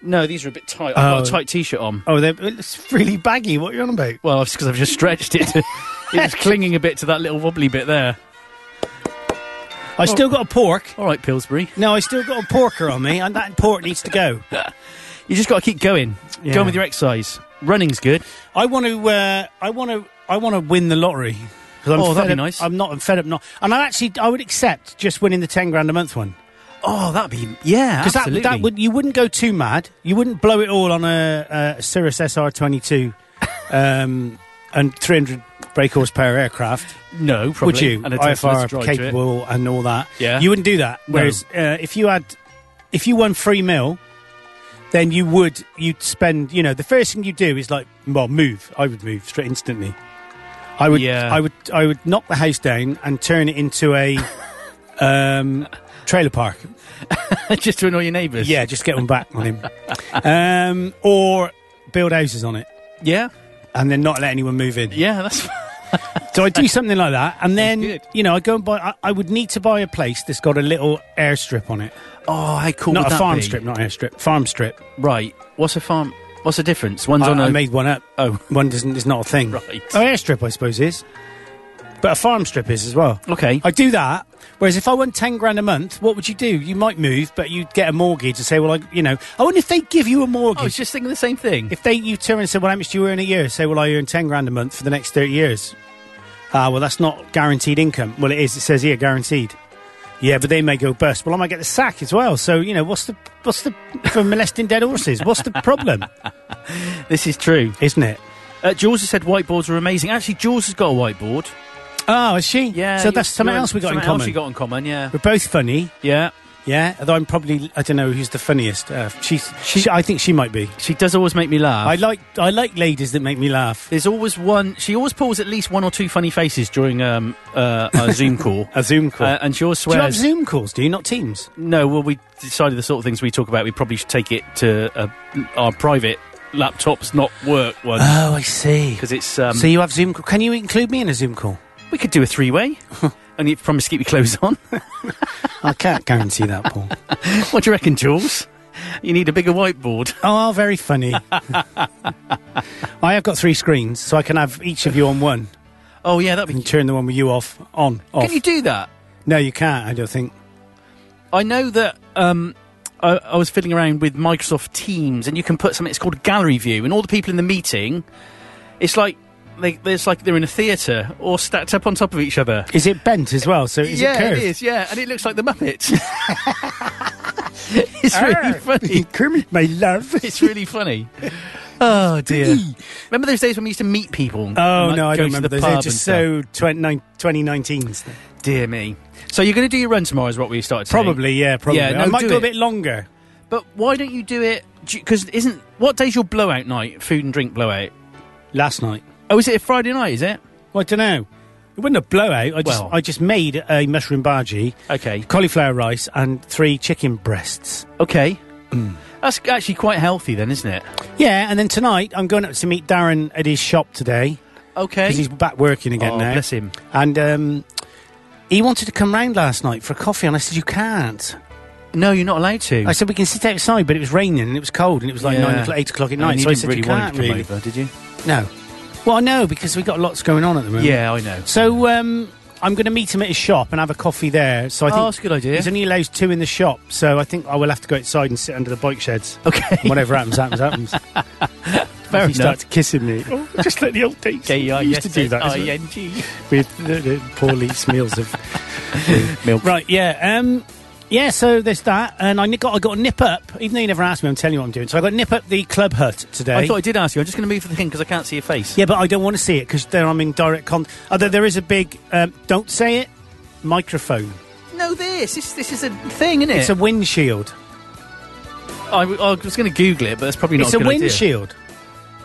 No, these are a bit tight. I've got a Oh. tight t-shirt on. Oh, they're, it's really baggy. What are you on about? Well, it's because I've just stretched it. To, it was clinging a bit to that little wobbly bit there. Oh. I still got a pork. All right, Pillsbury. No, I still got a porker on me, and that pork needs to go. You just got to keep going. Yeah. Going with your exercise. Running's good. I want to. Uh, I want to. I want to win the lottery. 'Cause I'm Oh, that'd fed be up- nice. I'm not. I'm fed up. Not. And I actually. I would accept just winning the ten grand a month one Oh, that'd be yeah, because that, that would you wouldn't go too mad. You wouldn't blow it all on a, a Cirrus SR22 um, and 300 brake horsepower aircraft. no, probably. Would you? And a Tesla to IFR drive capable and all that. Yeah. You wouldn't do that. Whereas uh, if you had, if you won three mil, then you would you'd spend. You know, the first thing you do is like, well, move. I would move straight instantly. I would, Yeah. I would, I would knock the house down and turn it into a um, trailer park. just to annoy your neighbours. Yeah, just get one back on him, um, or build houses on it yeah, and then not let anyone move in. yeah. That's So I do something like that, and then good. you know I go and buy. I, I would need to buy a place that's got a little airstrip on it, oh, how cool. not would a that farm be? strip, not airstrip, farm strip. Right. What's a farm? What's the difference? One's I, on a I made one up. oh. One doesn't is not a thing. Right. Oh, airstrip, I suppose is, but a farm strip is as well. Okay. I do that. Whereas if I won ten grand a month, what would you do? You might move, but you'd get a mortgage and say, "Well, I, you know." I wonder if they give you a Oh, I was mortgage. just thinking the same thing. if they you turn and say, "Well, how much do you earn a year?" Say, "Well, I earn ten grand a month for the next thirty years." Ah, well, that's not guaranteed income. Well, it is. It says here guaranteed. Yeah, but they may go bust. Well, I might get the sack as well. So you know, what's the what's the for molesting dead horses? What's the problem? this is true. Isn't it? Uh, Jules has said whiteboards are amazing. Actually, Jules has got a whiteboard. Oh, is she? Yeah. So you- that's something you- else we got in something else common. you got in common. Yeah. We're both funny. Yeah. Yeah, although I'm probably I don't know who's the funniest. Uh, she's she, Oh. I think she might be. She does always make me laugh. I like I like ladies that make me laugh. There's always one. She always pulls at least one or two funny faces during um, uh, a Zoom call. A Zoom call. Uh, and she always do you have swears. Zoom calls? Do you not Teams? no, well, we decided the sort of things we talk about. We probably should take it to uh, our private laptops, not work one, Oh, I see. because it's. Um, So you have Zoom call. Can you include me in a Zoom call? we could do a three-way. Only if you promise to keep your clothes on. I can't guarantee that, Paul. what do you reckon, Jules? You need a bigger whiteboard. Oh, very funny. I have got three screens, so I can have each of you on one Oh yeah, that'd be. and turn the one with you off on off. Can you do that? no, you can't. I don't think. I know that um, I, I was fiddling around with Microsoft Teams, and you can put something. It's called gallery view, and all the people in the meeting, it's like they, it's like they're in a theatre or stacked up on top of each other. Is it bent as well? So is it yeah, curved? it is. Yeah, and it looks like the Muppets. it's Ah. really funny. Kermit, my love. It's really funny. Oh dear! Remember those days when we used to meet people? Oh and, no, I don't like, go to the remember those. pub They're and just stuff? so 20, 2019s. dear me. So you're going to do your run tomorrow? Is what we started. saying. Probably, yeah, probably. Yeah, no, I might do go it. a bit longer. But why don't you do it? Because isn't what day's your blowout night? Food and drink blowout. Last night. Oh, is it a Friday night? Is it? Well, I don't know. It wasn't a blowout. I just, Well. I just made a mushroom bhaji, Okay. cauliflower rice, and three chicken breasts. Okay. Mm. That's actually quite healthy then, isn't it? Yeah, and then tonight I'm going up to meet Darren at his shop today Okay. because he's back working again Oh, now. bless him. And um, he wanted to come round last night for a coffee, and I said you can't. No, you're not allowed to. I said we can sit outside, but it was raining and it was cold, and it was like nine Yeah. o'clock, eight o'clock at And night. you so I didn't said really you want can't him to Mm. come really. over, did you? No. Well, no, because we got lots going on at the moment. Yeah, I know. So um, I'm going to meet him at his shop and have a coffee there. So I think oh, that's a good idea. he's only allows two in the shop. So I think I will have to go outside and sit under the bike sheds. Okay. Whatever happens, happens, happens. Fair he enough. starts kissing me. Oh, just like the old days. We used to do that isn't it? K-I-S-S-I-N-G. with the, the poorly smells of Milk. Right, yeah, um, yeah. So there's that, and I got I got a nip up. Even though you never asked me, I'm telling you what I'm doing. So I got a nip up the club hut today. I thought I did ask you. I'm just going to move the thing because I can't see your face. Yeah, but I don't want to see it because then I'm in direct contact. Although there is a big, um, don't say it, microphone. No, this. This, this is a thing, isn't it? It's a windshield. I, w- I was going to Google it, but that's probably not It's a a good idea. windshield.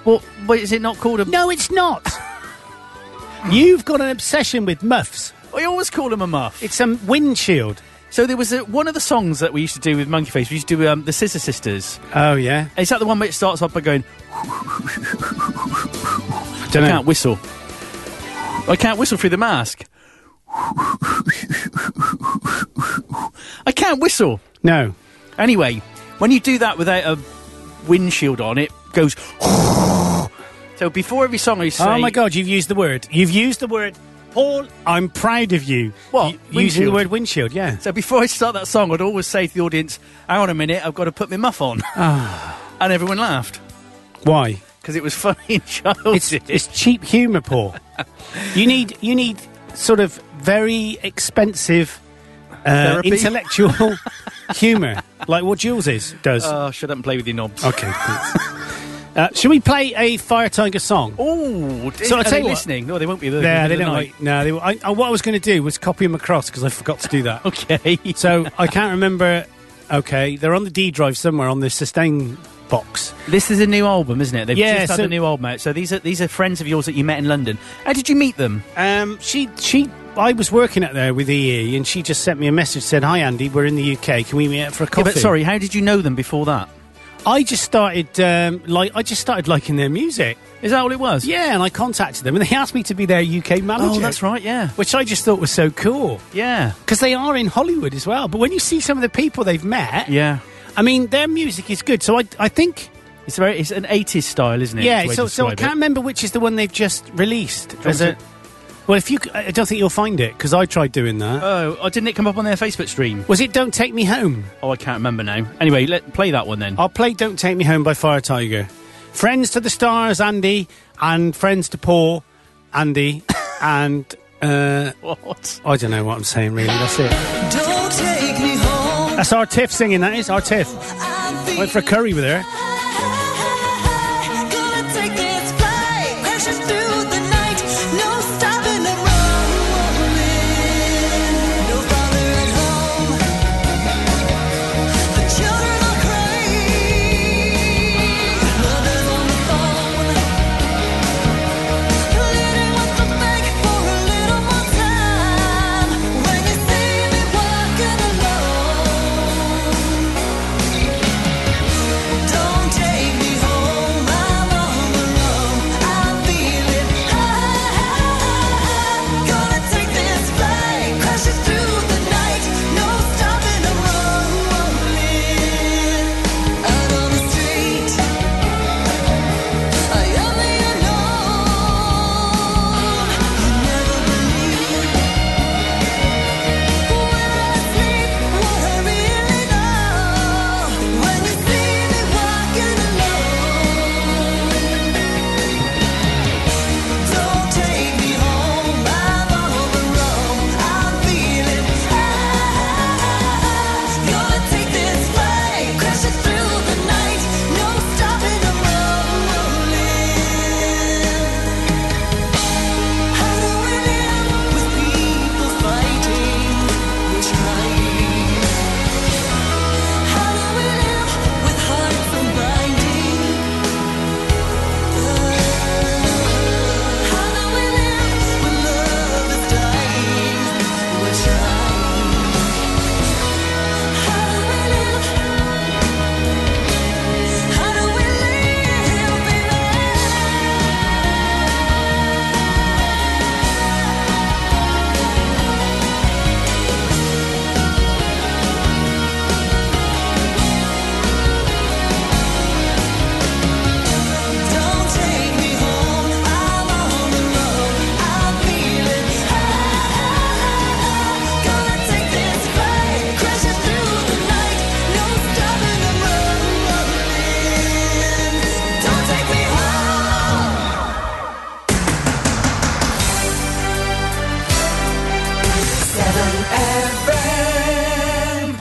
What, wait, is it not called a... No, it's not. You've got an obsession with muffs. I always call him a muff. It's a windshield. So there was a, one of the songs that we used to do with Monkey Face. We used to do um, the Scissor Sisters. Oh yeah. Is that the one where it starts off by going, I I don't can't whistle. I can't whistle through the mask. I can't whistle. No. Anyway, when you do that without a windshield on, it goes. so before every song, I say, Oh my God! You've used the word. You've used the word. Paul, I'm proud of you. What? Y- using the Windshield? word windshield? Yeah. So before I start that song, I'd always say to the audience, "Hang on a minute, I've got to put my muff on," Ah. and everyone laughed Why? because it was funny and childish. It's it's cheap humour, Paul. you need you need sort of very expensive uh, Therapy? intellectual humour, like what Jules is does. oh, shut up and play with your knobs. okay. thanks. uh, should we play a Fire Tiger song? Oh, So I are tell they you what- listening? No, they won't be. Yeah, they don't like. No, they, I, I, what I was going to do was copy them across because I forgot to do that. Okay. So I can't remember. Okay, they're on the D drive somewhere on the sustain box. This is a new album, isn't it? They've Yeah, just had so- a new album out. So these are these are friends of yours that you met in London. How did you meet them? Um, she she I was working out there with EE, and she just sent me a message said, "Hi Andy, we're in the UK. Can we meet up for a Yeah, coffee?" but sorry, how did you know them before that? I just started um, like I just started liking their music. Is that all it was? Yeah, and I contacted them, and they asked me to be their UK manager. Oh, that's right. Yeah. Which I just thought was so cool Yeah. because they are in Hollywood as well. But when you see some of the people they've met, Yeah. I mean, their music is good. So I I think It's very it's an 80s style, isn't it? yeah. is the way So to so I describe can't it. remember which is the one they've just released. you want There's a- to- well, if you c- I don't think you'll find it because I tried doing that. Oh, oh, didn't it come up on their Facebook stream? was it "Don't Take Me Home"? Oh, I can't remember now. Anyway, let play that one then. I'll play Don't Take Me Home by Fire Tiger. Friends to the Stars, Andy, and Friends to Paul, Andy, and uh, What? I don't know what I'm saying really, that's it. Don't take me home. That's our Tiff singing, that is, our Tiff. Went for a curry with her. Don't take me home, I'm on the road. I'm feeling high. Gonna take this flight, crashes through the night. No stopping, I'm rolling out on the street. I am the unknown. You never believe where I sleep, what I really know. When you see me walking alone. Don't take me home, I'm on the road. I'm feeling high. Gonna take this flight, crashing through the night. No stopping, I'm rolling. How do we live with people fighting and trying? How do we live with hearts unbinding? How do we live when love is dying? We're trying. How do we live? How do we live, baby? Don't take me home, I'm on the road, I'm feeling high. Gonna take this flight, crashing through the night, no stopping, I'm rolling. Don't take me home.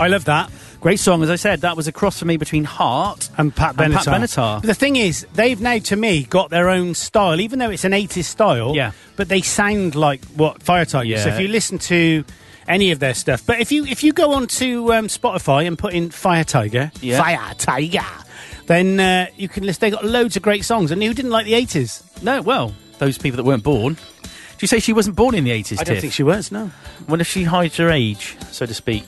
I love that. Great song, as I said. That was a cross for me between Heart And Pat Benatar. And Pat Benatar. But the thing is, they've now, to me, got their own style, even though it's an 80s style, Yeah. but they sound like what Fire Tiger is. So Yeah. if you listen to any of their stuff, but if you if you go on to um, Spotify and put in Fire Tiger, Yeah. Fire Tiger, then uh, you can listen. They got loads of great songs. And who didn't like the 80s? No, well, those people that weren't born. Do you say she wasn't born in the 80s, I don't Tiff? think she was, no. What if she hides her age, so to speak?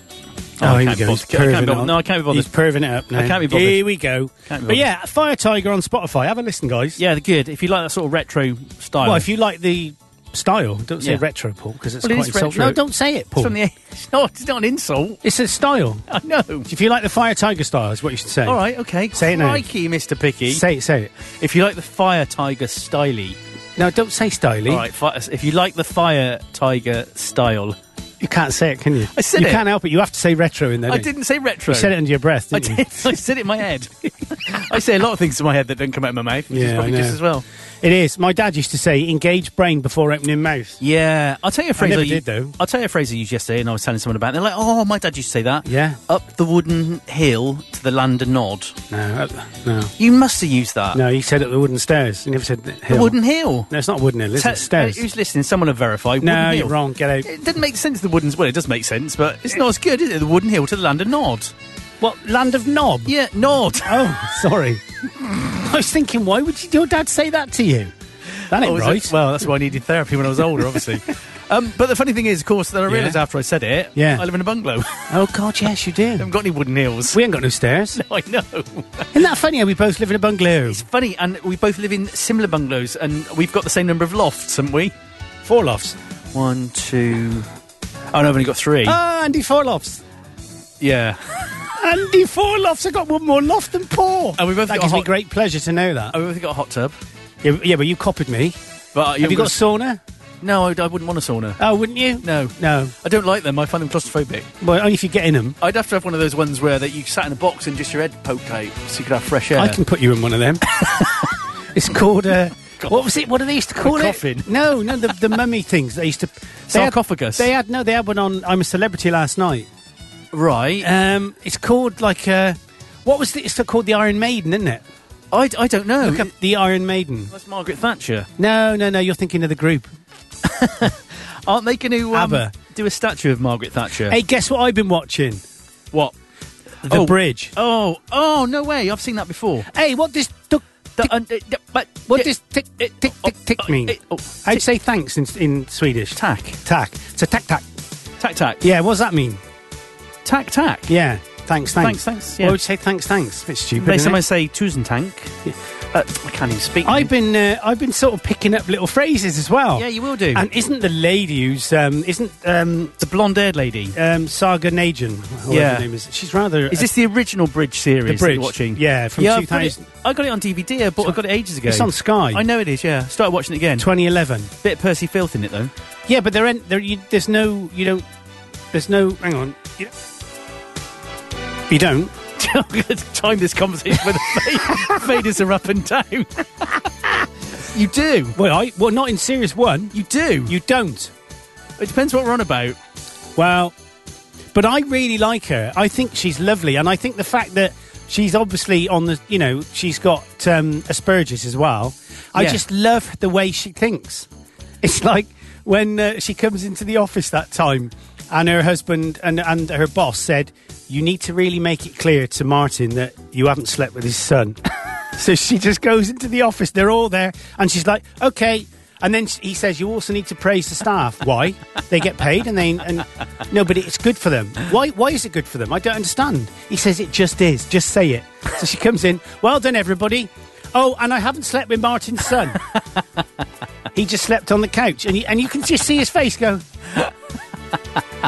Oh, I here we can't go. be He's bothered. perving I can't be it bothered. up. No, I can't be bothered. He's perving it up now. I can't be bothered. Here we go. Can't be But bothered. yeah, Fire Tiger on Spotify. Have a listen, guys. Yeah, they're good. If you like that sort of retro style. Well, if you like the style, don't say Yeah. retro, Paul, because it's Well, it quite is insulting. retro. No, don't say it, it's, Paul. from the, it's, not, it's not an insult. It's a style. I know. If you like the Fire Tiger style, is what you should say. All right, okay. Say it now. Crikey, Mr. Picky. Say it, say it. if you like the Fire Tiger styly. No, don't say styly. All right, fi- if you like the Fire Tiger style. You can't say it, can you? I said you it. can't help it. You have to say retro in there. I don't you? didn't say retro. You said it under your breath, I didn't you? did. I said it in my head. I say a lot of things in my head that don't come out of my mouth, which Yeah, is I probably know. just as well. It is. My dad used to say, engage brain before opening mouth. Yeah, I'll tell you a phrase never u- did, though. I'll tell you a phrase I used yesterday, and I was telling someone about. it. They're like, "Oh, my dad used to say that." Yeah. up the wooden hill to the land and nod. No, uh, no. You must have used that. No, he said at the wooden stairs. He never said the the hill. wooden hill. No, it's not wooden hill, it's Te- it? stairs. uh, who's listening? Someone will verify. no, wooden you're hill. wrong. Get out. It didn't make sense. The wooden. Well, it does make sense, but it's not as good, is it? The wooden hill to the land and nod. What, Land of Knob? Yeah, Nod. Oh, sorry. I was thinking, why would you, your dad say that to you? That ain't Oh, is it? right. Well, that's why I needed therapy when I was older, obviously. um, but the funny thing is, of course, that I realised after I said it, Yeah. I live in a bungalow. I oh, God, yes, you do. haven't got any wooden heels. We ain't got no stairs. I know. Isn't that funny how we both live in a bungalow? It's funny, and we both live in similar bungalows, and we've got the same number of lofts, haven't we? Four lofts. One, two. Oh, no, I've only got three. Ah, Andy Forlofts. yeah. Andy Forlofts. I got one more loft than Paul. And we both that got gives a me hot- great pleasure to know that. Oh, we've got a hot tub. Yeah, but- yeah, but you copied me. But uh, Have you got gonna- sauna? No, I, I wouldn't want a sauna. Oh, wouldn't you? No. No. I don't like them. I find them claustrophobic. Well, only if you get in them. I'd have to have one of those ones where that you sat in a box and just your head poked out so you could have fresh air. I can put you in one of them. it's called. Uh, what was it? What do they used to call it? coffin. No, no, the, the mummy things they used to. they had- Sarcophagus. They had, no, they had one on I'm a Celebrity last night. Right. Um, it's called like uh, what was the, it's called the Iron Maiden, isn't it? I, I don't know. Look up the Iron Maiden. That's Margaret Thatcher. No, no, no. You're thinking of the group. Aren't they going to ABBA. do a statue of Margaret Thatcher? Hey, guess what I've been watching? what? The Oh. Bridge. Oh, oh, no way. I've seen that before. Hey, what does tick, The- uh, uh, but what yeah, does tick tick tick oh, tick oh, mean? eh, oh, I'd tick- say thanks in, in Swedish. tack Tack. It's a tack tack. tack tack Yeah, what does that mean? tack tack. Yeah, thanks, thanks. Thanks, thanks, yeah. Why would you say thanks, thanks? It's stupid. They isn't sometimes it? say tusen tank. Uh, I can't even speak. I've been uh, I've been sort of picking up little phrases as well. Yeah, you will do. And isn't the lady who's um, isn't um, the blonde-haired lady. um, Saga Najan? whatever Yeah. her name is. She's rather. Is this the original Bridge series The that Bridge, you're watching? yeah, from I've got it- 2000. I got it on DVD, but I got it ages ago. It's on Sky. I know it is, yeah. Started watching it again. 2011. Bit of Percy Filth in it, though. Yeah, but there ain't there. You, there's no. You don't. There's no. Hang on. You, you don't. I'm going to time this conversation with the fade- faders are up and down. you do. Well, I well not in series one. You do. You don't. it depends what we're on about. Well, but I really like her. I think she's lovely, and I think the fact that she's obviously on the, you know, she's got um, Asperger's as well. I Yeah. just love the way she thinks. It's like when uh, she comes into the office that time, and her husband and and her boss said, "You need to really make it clear to Martin that you haven't slept with his son." so she just goes into the office. They're all there, and she's like, "Okay." And then he says, "You also need to praise the staff. Why? They get paid, and they and no, but it's good for them. Why? Why is it good for them? I don't understand." He says, "It just is. Just say it." So she comes in. Well done, everybody. Oh, and I haven't slept with Martin's son. he just slept on the couch, and you, and you can just see his face go. I-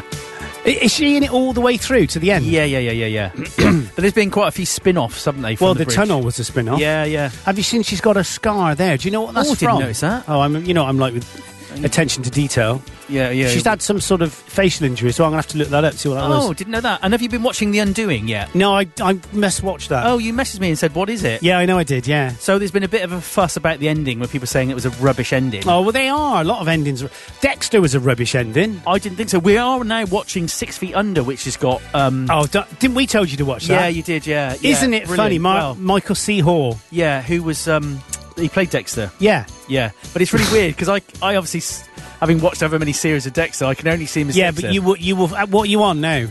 Is she in it all the way through to the end? Yeah, yeah, yeah, yeah, yeah. but there's been quite a few spin-offs, haven't they? from Well, the, the, Bridge? tunnel was a spin-off. Yeah, yeah. Have you seen she's got a scar there? Do you know what that's I didn't from? notice that. Oh, I'm you know I'm like with attention to detail. Yeah, yeah. She's had some sort of facial injury, so I'm gonna have to look that up see what that Oh, was. didn't know that. And have you been watching The Undoing yet? No, I I must watch that. Oh, you messaged me and said, "What is it?" yeah, I know I did. Yeah. So there's been a bit of a fuss about the ending, with people saying it was a rubbish ending. Oh well, they are a lot of endings. are- Dexter was a rubbish ending. I didn't think so. We are now watching Six Feet Under, which has got. Um, Oh, d- didn't we told you to watch that? yeah, you did. Yeah, yeah. Isn't it Brilliant. funny, Mar- Well, Michael C. Hall? yeah, who was um, he played Dexter? Yeah, Yeah, but it's really weird because I, I obviously, s- having watched however many series of Dexter, I can only see him as yeah, Dexter. but you will, you will. uh, What are you on now?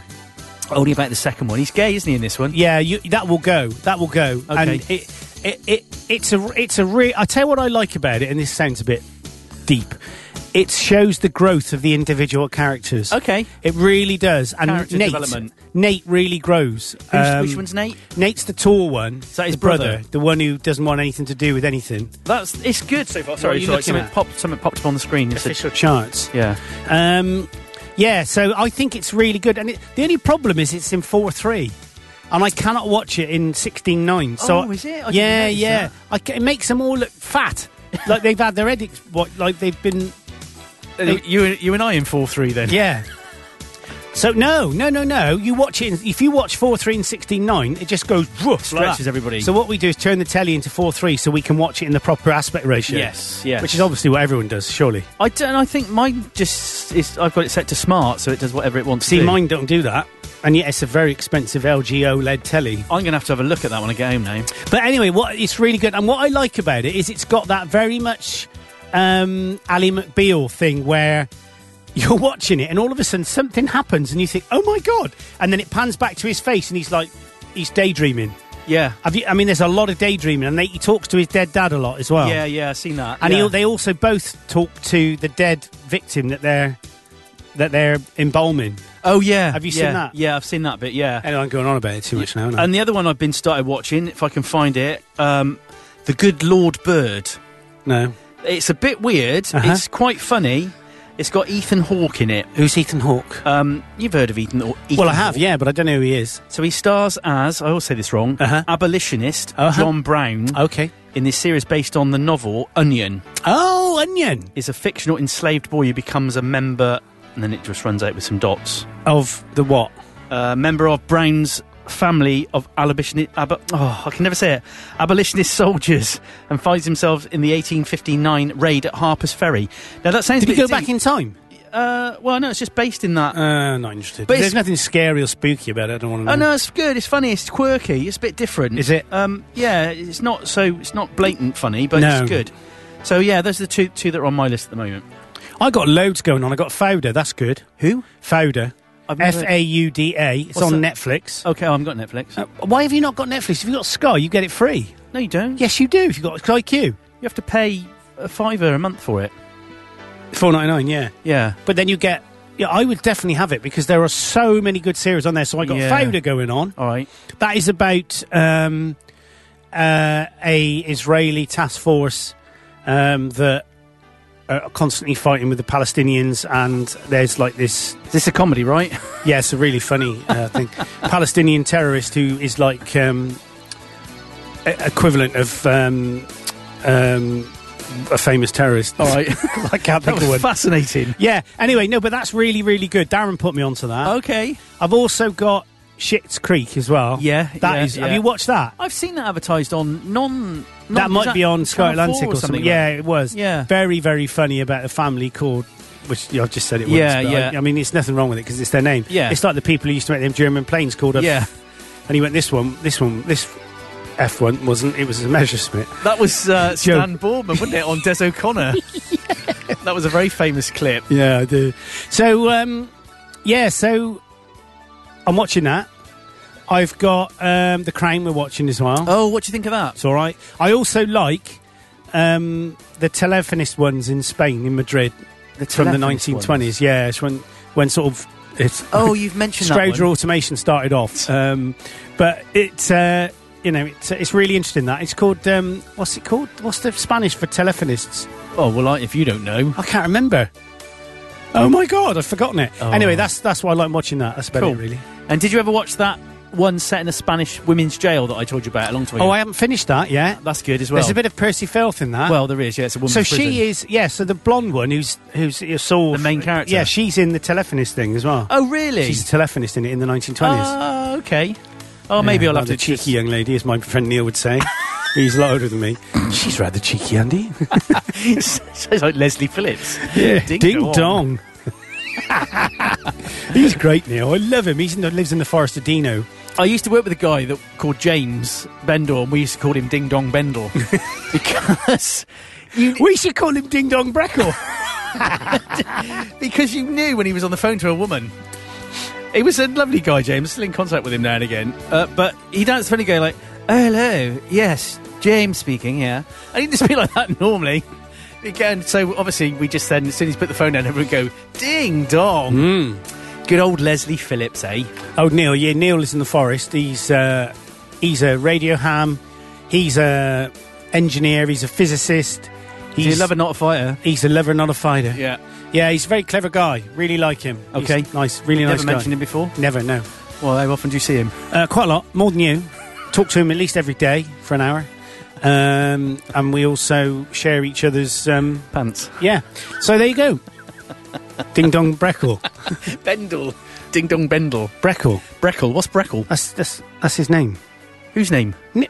only about the second one. He's gay, isn't he? In this one, Yeah, you, that will go. That will go. And Okay. it, it, it, it's a, it's a real. I tell you what I like about it, and this sounds a bit deep. It shows the growth of the individual characters. Okay. it really does. And Character Nate, development. Nate really grows. Who's, Um, which one's Nate? Nate's the tall one. that his the brother, brother? the one who doesn't want anything to do with anything. That's it's good so far. What are Sorry, you sorry, looking something at? popped, something popped up on the screen. It said- Official charts. yeah, Um, yeah, so I think it's really good. And it, the only problem is it's in 4 3. And I cannot watch it in 16 9. So Oh, is it? I didn't yeah, notice yeah. that. I ca- it makes them all look fat. like they've had their head, ex- what, like they've been. Uh, you you and I in four three then. Yeah. So no, no, no, no. You watch it. In, if you watch four three and sixteen nine, it just goes woof, Stretches everybody. So what we do is turn the telly into four three, so we can watch it in the proper aspect ratio. Yes, yes. Which is obviously what everyone does, surely. I don't, and I think mine just is. I've got it set to smart, so it does whatever it wants. See, to do. mine don't do that, and yet it's a very expensive LG OLED telly. I'm going to have to have a look at that when I get home now. But anyway, what it's really good, and what I like about it is it's got that very much um, Ali McBeal thing where you're watching it, and all of a sudden something happens, and you think, "Oh my god!" and then it pans back to his face, and he's like, he's daydreaming. Yeah. Have you, I mean, there's a lot of daydreaming, and they, he talks to his dead dad a lot as well. Yeah, yeah, I've seen that. and yeah. he, they also both talk to the dead victim that they're that they're embalming. oh, yeah. Have you yeah, seen that? Yeah, I've seen that bit, yeah. Anyway, I'm going on about it too much now. aren't I? And the other one I've been started watching, if I can find it, um, The Good Lord Bird. no, It's a bit weird. Uh-huh. It's quite funny. It's got Ethan Hawke in it. who's Ethan Hawke? Um, you've heard of Ethan, or Ethan well, I have, Hawke. yeah, but I don't know who he is. So he stars as, I always say this wrong, Uh-huh. abolitionist Uh-huh. John Brown Okay. in this series based on the novel Onion. Oh, Onion Is a fictional enslaved boy who becomes a member, and then it just runs out with some dots. of the what? A uh, member of Brown's family of abolitionist, ab- oh, I can never say it, abolitionist soldiers, and finds himself in the 1859 raid at Harper's Ferry. Now that sounds. Did a he bit go back deep. in time? Uh, well, no, it's just based in that. Uh, not interested. But There's it's- nothing scary or spooky about it. I don't want to know. Oh no, it's good. It's funny. It's quirky. It's a bit different. Is it? Um, yeah. It's not so. It's not blatant funny, but No. it's good. So yeah, those are the two two that are on my list at the moment. I got loads going on. I got Fouda. That's good. Who? Fouda. I've never- F A U D A. It's What's on that? Netflix. Okay, I've got Netflix. Uh, why have you not got Netflix? If you've got Sky, you get it free. no, you don't. Yes, you do. If you've got Sky Q. You have to pay a fiver a month for it. Four ninety nine. Yeah. Yeah. But then you get. Yeah, I would definitely have it because there are so many good series on there. So I got Yeah. Fouda going on. All right. That is about um, uh, a Israeli task force um, that are constantly fighting with the Palestinians, and there's like this. Is this a comedy, right? Yeah, it's a really funny uh, thing. Palestinian terrorist who is like um, e- equivalent of um, um, a famous terrorist. All right. I can't that think of one. was fascinating. yeah. Anyway, no, but that's really, really good. Darren put me onto that. Okay. I've also got Shit's Creek as well. Yeah, that yeah, is. Have yeah. you watched that? I've seen that advertised on non. non that might is be on Sky Channel four Atlantic or something. like yeah, it was. Yeah. Very, very funny about a family called, which I've just said it was. Yeah, but yeah. I, I mean, it's nothing wrong with it because it's their name. Yeah. It's like the people who used to make them German planes called a. Yeah. And he went, this one, this one, this F1 wasn't, it was a Messerschmitt. That was uh, Joe. Stan Borman, wasn't it, on Des O'Connor? That was a very famous clip. Yeah, I do. So, um, yeah, so I'm watching that. I've got um, The Crown we're watching as well. Oh, what do you think of that? It's all right. I also like um, the telephonist ones in Spain, in Madrid. from the telephonist 1920s. ones. Yeah, it's when when sort of it's Oh, you've mentioned that Stranger one. automation started off. Um, but it's uh, you know it's, it's really interesting that it's called um, what's it called? What's the Spanish for telephonists? Oh well, I, if you don't know, I can't remember. Oh my god, I've forgotten it. Oh. Anyway, that's that's why I like watching that. That's about cool. it, really. And did you ever watch that one set in a Spanish women's jail that I told you about a long time ago? Oh, I haven't finished that yet. That's good as well. There's a bit of Percy Filth in that. well, there is. Yeah, it's a woman's so prison. she is yeah. So the blonde one who's who's you saw The main character. Yeah, she's in the telephonist thing as well. Oh really? She's a telephonist in it in the 1920s. Oh, okay. Oh, maybe Yeah, I'll have rather to cheeky young lady, as my friend Neil would say. He's a lot older than me. She's rather cheeky, Andy. Sounds like Leslie Phillips. Ding, dong. He's great, Neil. I love him. He lives in the forest of Dino. I used to work with a guy that called James Bendel, and we used to call him Ding Dong Bendel because We should call him Ding Dong Breckle. because you knew when he was on the phone to a woman. He was a lovely guy, James. Still in contact with him now and again. Uh, but he'd answer the phone and go like, oh, "Hello, yes, James speaking. Yeah." And he'd just be like that normally. Again, so obviously we just then, as soon as he put the phone down, everyone would go, "Ding dong." Hmm. Good old Leslie Phillips, eh? oh, Neil. Yeah, Neil is in the forest. He's uh, he's a radio ham. He's a engineer. He's a physicist. Do you He's, love a not a fighter? he's a lover, not a fighter. Yeah. Yeah, he's a very clever guy. Really like him. He's Okay. nice. Really Never nice guy. mentioned him before. Never, no. Well, how often do you see him? Uh, quite a lot, more than you. Talk to him at least every day for an hour. Um, and we also share each other's. Um, Pants. yeah. So there you go. Ding dong Breckle. Bendel. Ding dong Bendel. Breckle. Breckle. What's Breckle? That's, that's, that's his name. Whose name? Ni-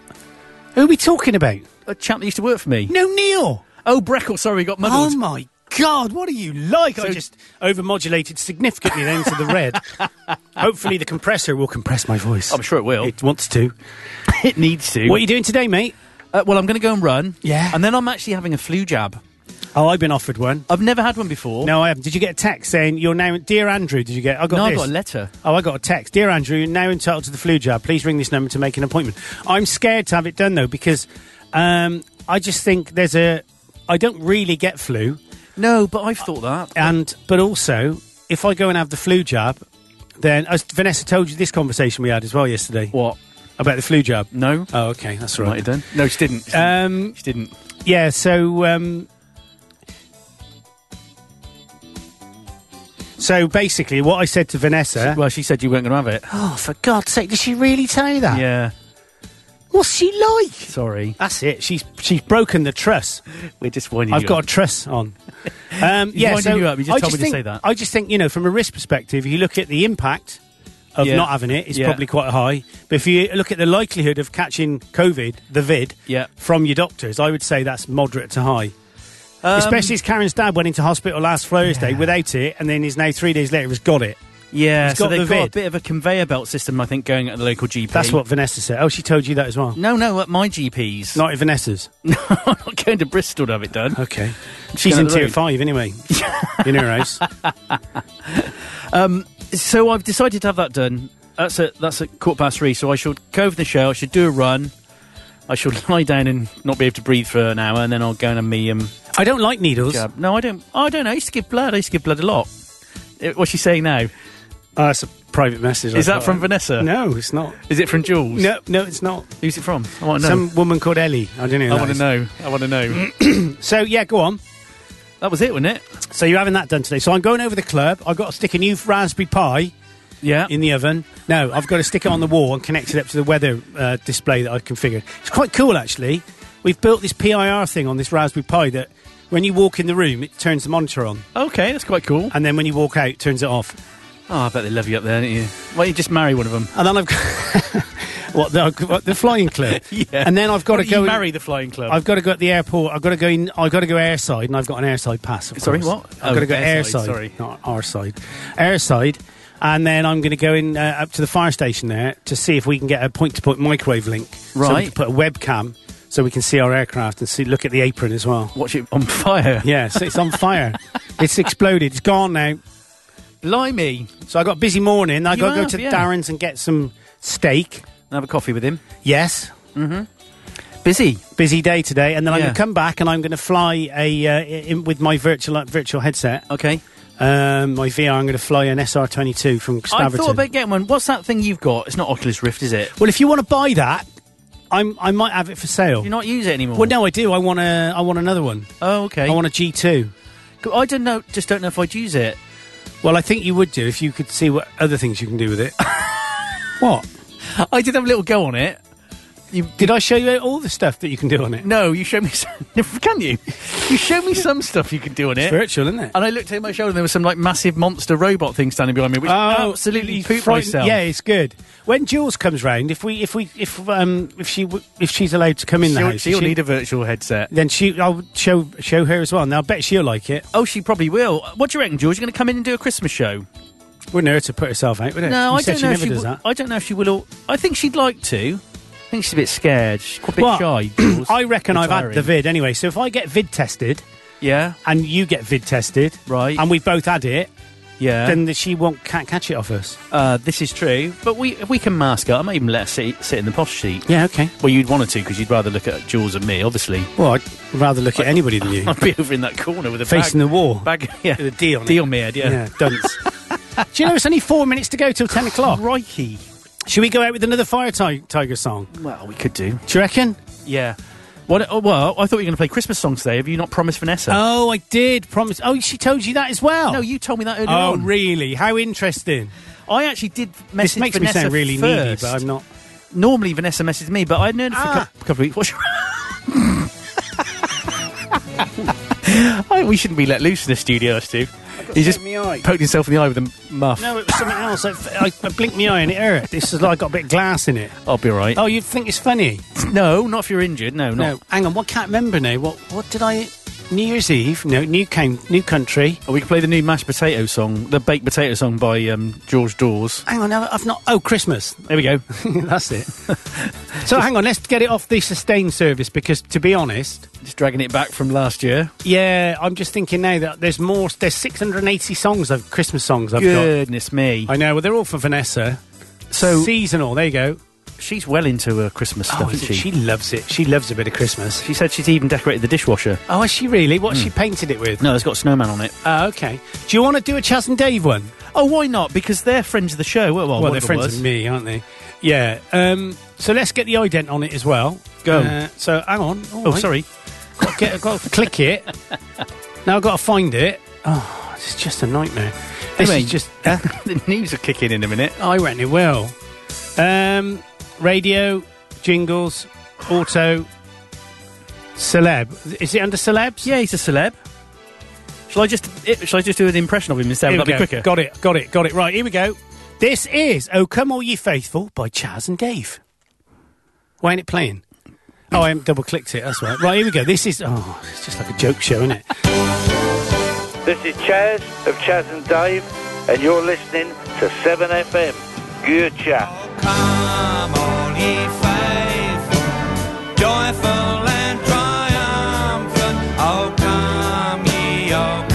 Who are we talking about? A chap that used to work for me. No, Neil. Oh, Breckle. Sorry, we got muddled. Oh my God, what are you like? I So- just overmodulated significantly then to the red. Hopefully, the compressor will compress my voice. I'm sure it will. It wants to. It needs to. What are you doing today, mate? Uh, well, I'm going to go and run. Yeah. And then I'm actually having a flu jab. Oh, I've been offered one. I've never had one before. No, I haven't. Did you get a text saying you're now, dear Andrew? Did you get? I got No, I this. got a letter. Oh, I got a text. Dear Andrew, you're now entitled to the flu jab. Please ring this number to make an appointment. I'm scared to have it done though because um, I just think there's a. I don't really get flu, No, but I've thought that. and but also if I go and have the flu jab, then as Vanessa told you this conversation we had as well yesterday What? about the flu jab. No. Oh, okay, that's Might right. have done. No, she didn't. Um, she didn't. yeah, so um, so basically, what I said to Vanessa. Well, she said you weren't going to have it. Oh, for God's sake! Did she really tell you that? yeah. What's she like? Sorry. That's it. She's she's broken the truss. We're just winding I've you got a up. truss on. Um, yeah, winding so you up. You just I told just me to think, say that. I just think you know, from a risk perspective, if you look at the impact of Yeah. not having it, it's Yeah. probably quite high. But if you look at the likelihood of catching COVID, the vid, Yeah. from your doctors, I would say that's moderate to high. Um, Especially as Karen's dad went into hospital last Thursday without it, and then is now three days later has got it. Yeah, He's so got they've the got a vid. bit of a conveyor belt system, I think, going at the local GP. That's what Vanessa said. Oh, she told you that as well. No, no, at my GP's. Not at Vanessa's. I'm not going to Bristol to have it done. Okay. She's down in the tier road. five anyway. in her house. So I've decided to have that done. That's at that's at quarter past three. So I should go over the show. I should do a run. I should lie down and not be able to breathe for an hour, and then I'll go and have me um, I don't like needles. jab. No, I don't. I don't. know. I used to give blood. I used to give blood a lot. Eh, What's she saying now? Oh, that's a private message. I Is that thought. from Vanessa? No, it's not. Is it from Jules? No, no, it's not. Who's it from? I want to know. Some woman called Ellie. I don't know. who I that want to is. know. I want to know. So yeah, go on. that was it, wasn't it? So you're having that done today. So I'm going over the club. I've got to stick a new raspberry pie Yeah. in the oven. No, I've got to stick it on the wall and connect it up to the weather uh, display that I've configured. It's quite cool actually. We've built this PIR thing on this Raspberry Pi that when you walk in the room, it turns the monitor on, okay, that's quite cool. and then when you walk out, it turns it off. Oh, I bet they love you up there, don't you? Why don't you just marry one of them? And then I've got what the, what, the flying club. Yeah. And then I've got to Why don't go. you in- marry the flying club. I've got to go at the airport. I've got to go in. I've got to go airside, and I've got an airside pass. Of Sorry, course. what? I've Oh, got to go airside, airside. sorry. not our side. Airside, and then I'm going to go in uh, up to the fire station there to see if we can get a point-to-point microwave link. So we Right. can put a webcam so we can see our aircraft and see look at the apron as well. Watch it on fire. Yeah, so it's on fire. It's exploded. It's gone now. Blimey. So I got a busy morning. I You got to go have, to yeah. Darren's and get some steak. And have a coffee with him. Yes. Busy. busy day today, and then I'm Yeah. going to come back and I'm going to fly a uh, in, with my virtual uh, virtual headset, Okay. um, my VR. I'm going to fly an SR22 from I Staverton. thought about getting one. What's that thing you've got? It's not Oculus Rift, is it? well, if you want to buy that, I'm I might have it for sale. You not use it anymore. well, no, I do. I want a I want another one. Oh, okay. I want a G2. I don't know. Just don't know if I'd use it. Well, I think you would do if you could see what other things you can do with it. what I did have a little go on it. did I show you all the stuff that you can do on it? No, you showed me. Some, can you? You showed me some stuff you can do on it. It's virtual, isn't it? And I looked over my shoulder, and there was some like massive monster robot thing standing behind me, which absolutely Oh, you pooped frightened- myself. Yeah, it's good. When Jules comes round, if we if we if um if she w- if she's allowed to come in the she'll, house, she'll she- need a virtual headset. then she I'll show show her as well. Now I bet she'll like it. Oh, she probably will. What do you reckon, George? You're going to come in and do a Christmas show? Wouldn't hurt to put herself out, would it? No, You I said don't she know. never if she does will, that. I don't know if she will. Or, I think she'd like to. I think she's a bit scared. She's quite a bit Well, shy. Jules. I reckon I've had Retiring. the vid anyway. So if I get vid tested Yeah, and you get vid tested, Right. and we both had it, yeah. then the, she won't can't catch it off us. uh, this is true. But we if we can mask her. I might even let her sit, sit in the posh seat. Yeah, okay. Well, you'd want her to because you'd rather look at Jules and me, obviously. Well, I'd rather look at anybody than you. I'd be over in that corner with a Facing bag, the wall. Bag, yeah, With a D on it. deal me, yeah. Yeah, dunce. Do you know it's only four minutes to go till ten o'clock? Crikey. Should we go out with another Fire ti- Tiger song? Well, we could do. Do you reckon? Yeah. What, oh, well, I thought you were going to play Christmas songs today. Have you not promised Vanessa? Oh, I did promise. Oh, she told you that as well. no, you told me that earlier Oh, on. really? How interesting. I actually did This message makes Vanessa me sound really needy, first. but I'm not. Normally, Vanessa messaged me, but I'd known her for Ah. a cou- couple of weeks. What's your... I, we shouldn't be let loose in the studio, us two. He just something in my eye. poked himself in the eye with a muff. No, it was something else. I, I, I blinked my eye and it hurt. This is like got a bit of glass in it. I'll be all right. Oh, you think it's funny? no, not if you're injured. No, No, not. hang on. What can't remember now? What? What did I? New Year's Eve, no, new, cam- new country. Or we could play the new mashed potato song, the baked potato song by um, George Dawes. Hang on, I've not. Oh, Christmas. There we go. That's it. so hang on, let's get it off the sustain service because, to be honest, Just dragging it back from last year. yeah, I'm just thinking now that there's more. There's 680 songs of Christmas songs I've Goodness me. got. I know, well, they're all for Vanessa. so seasonal. There you go. she's well into her Christmas Oh, stuff, is isn't it? she she? loves it. She loves a bit of Christmas. She said she's even decorated the dishwasher. Oh, is she really? What's she painted it with? No, it's got a snowman on it. Oh, okay. Do you want to do a Chaz and Dave one? Oh, why not? Because they're friends of the show. Well, well, well, one they're of them friends was. of me, aren't they? Yeah. Um, so let's get the ident on it as well. Go. Uh, so hang on. Oh, sorry. Get, I've got to click it. Now I've got to find it. Oh, it's just a nightmare. This Anyway. is just. uh, the news are kicking in a minute. I reckon it will. Um, radio, jingles, auto, celeb. Is it under celebs? Yeah, he's a celeb. Shall I just it, shall I just do an impression of him instead? Here That'll we be go. quicker. Got it, got it, got it. Right, here we go. This is Oh Come All Ye Faithful by Chaz and Dave. Why ain't it playing? Oh, I haven't double clicked it, that's right. Right, here we go. This is, oh, it's just like a joke show, isn't it? This is Chaz of Chaz and Dave, and you're listening to 7FM. Good chat. Come, all ye faithful, joyful and triumphant. Oh, come ye, oh, Oh, Oh, Oh, Oh, Oh, Oh, Oh, Oh,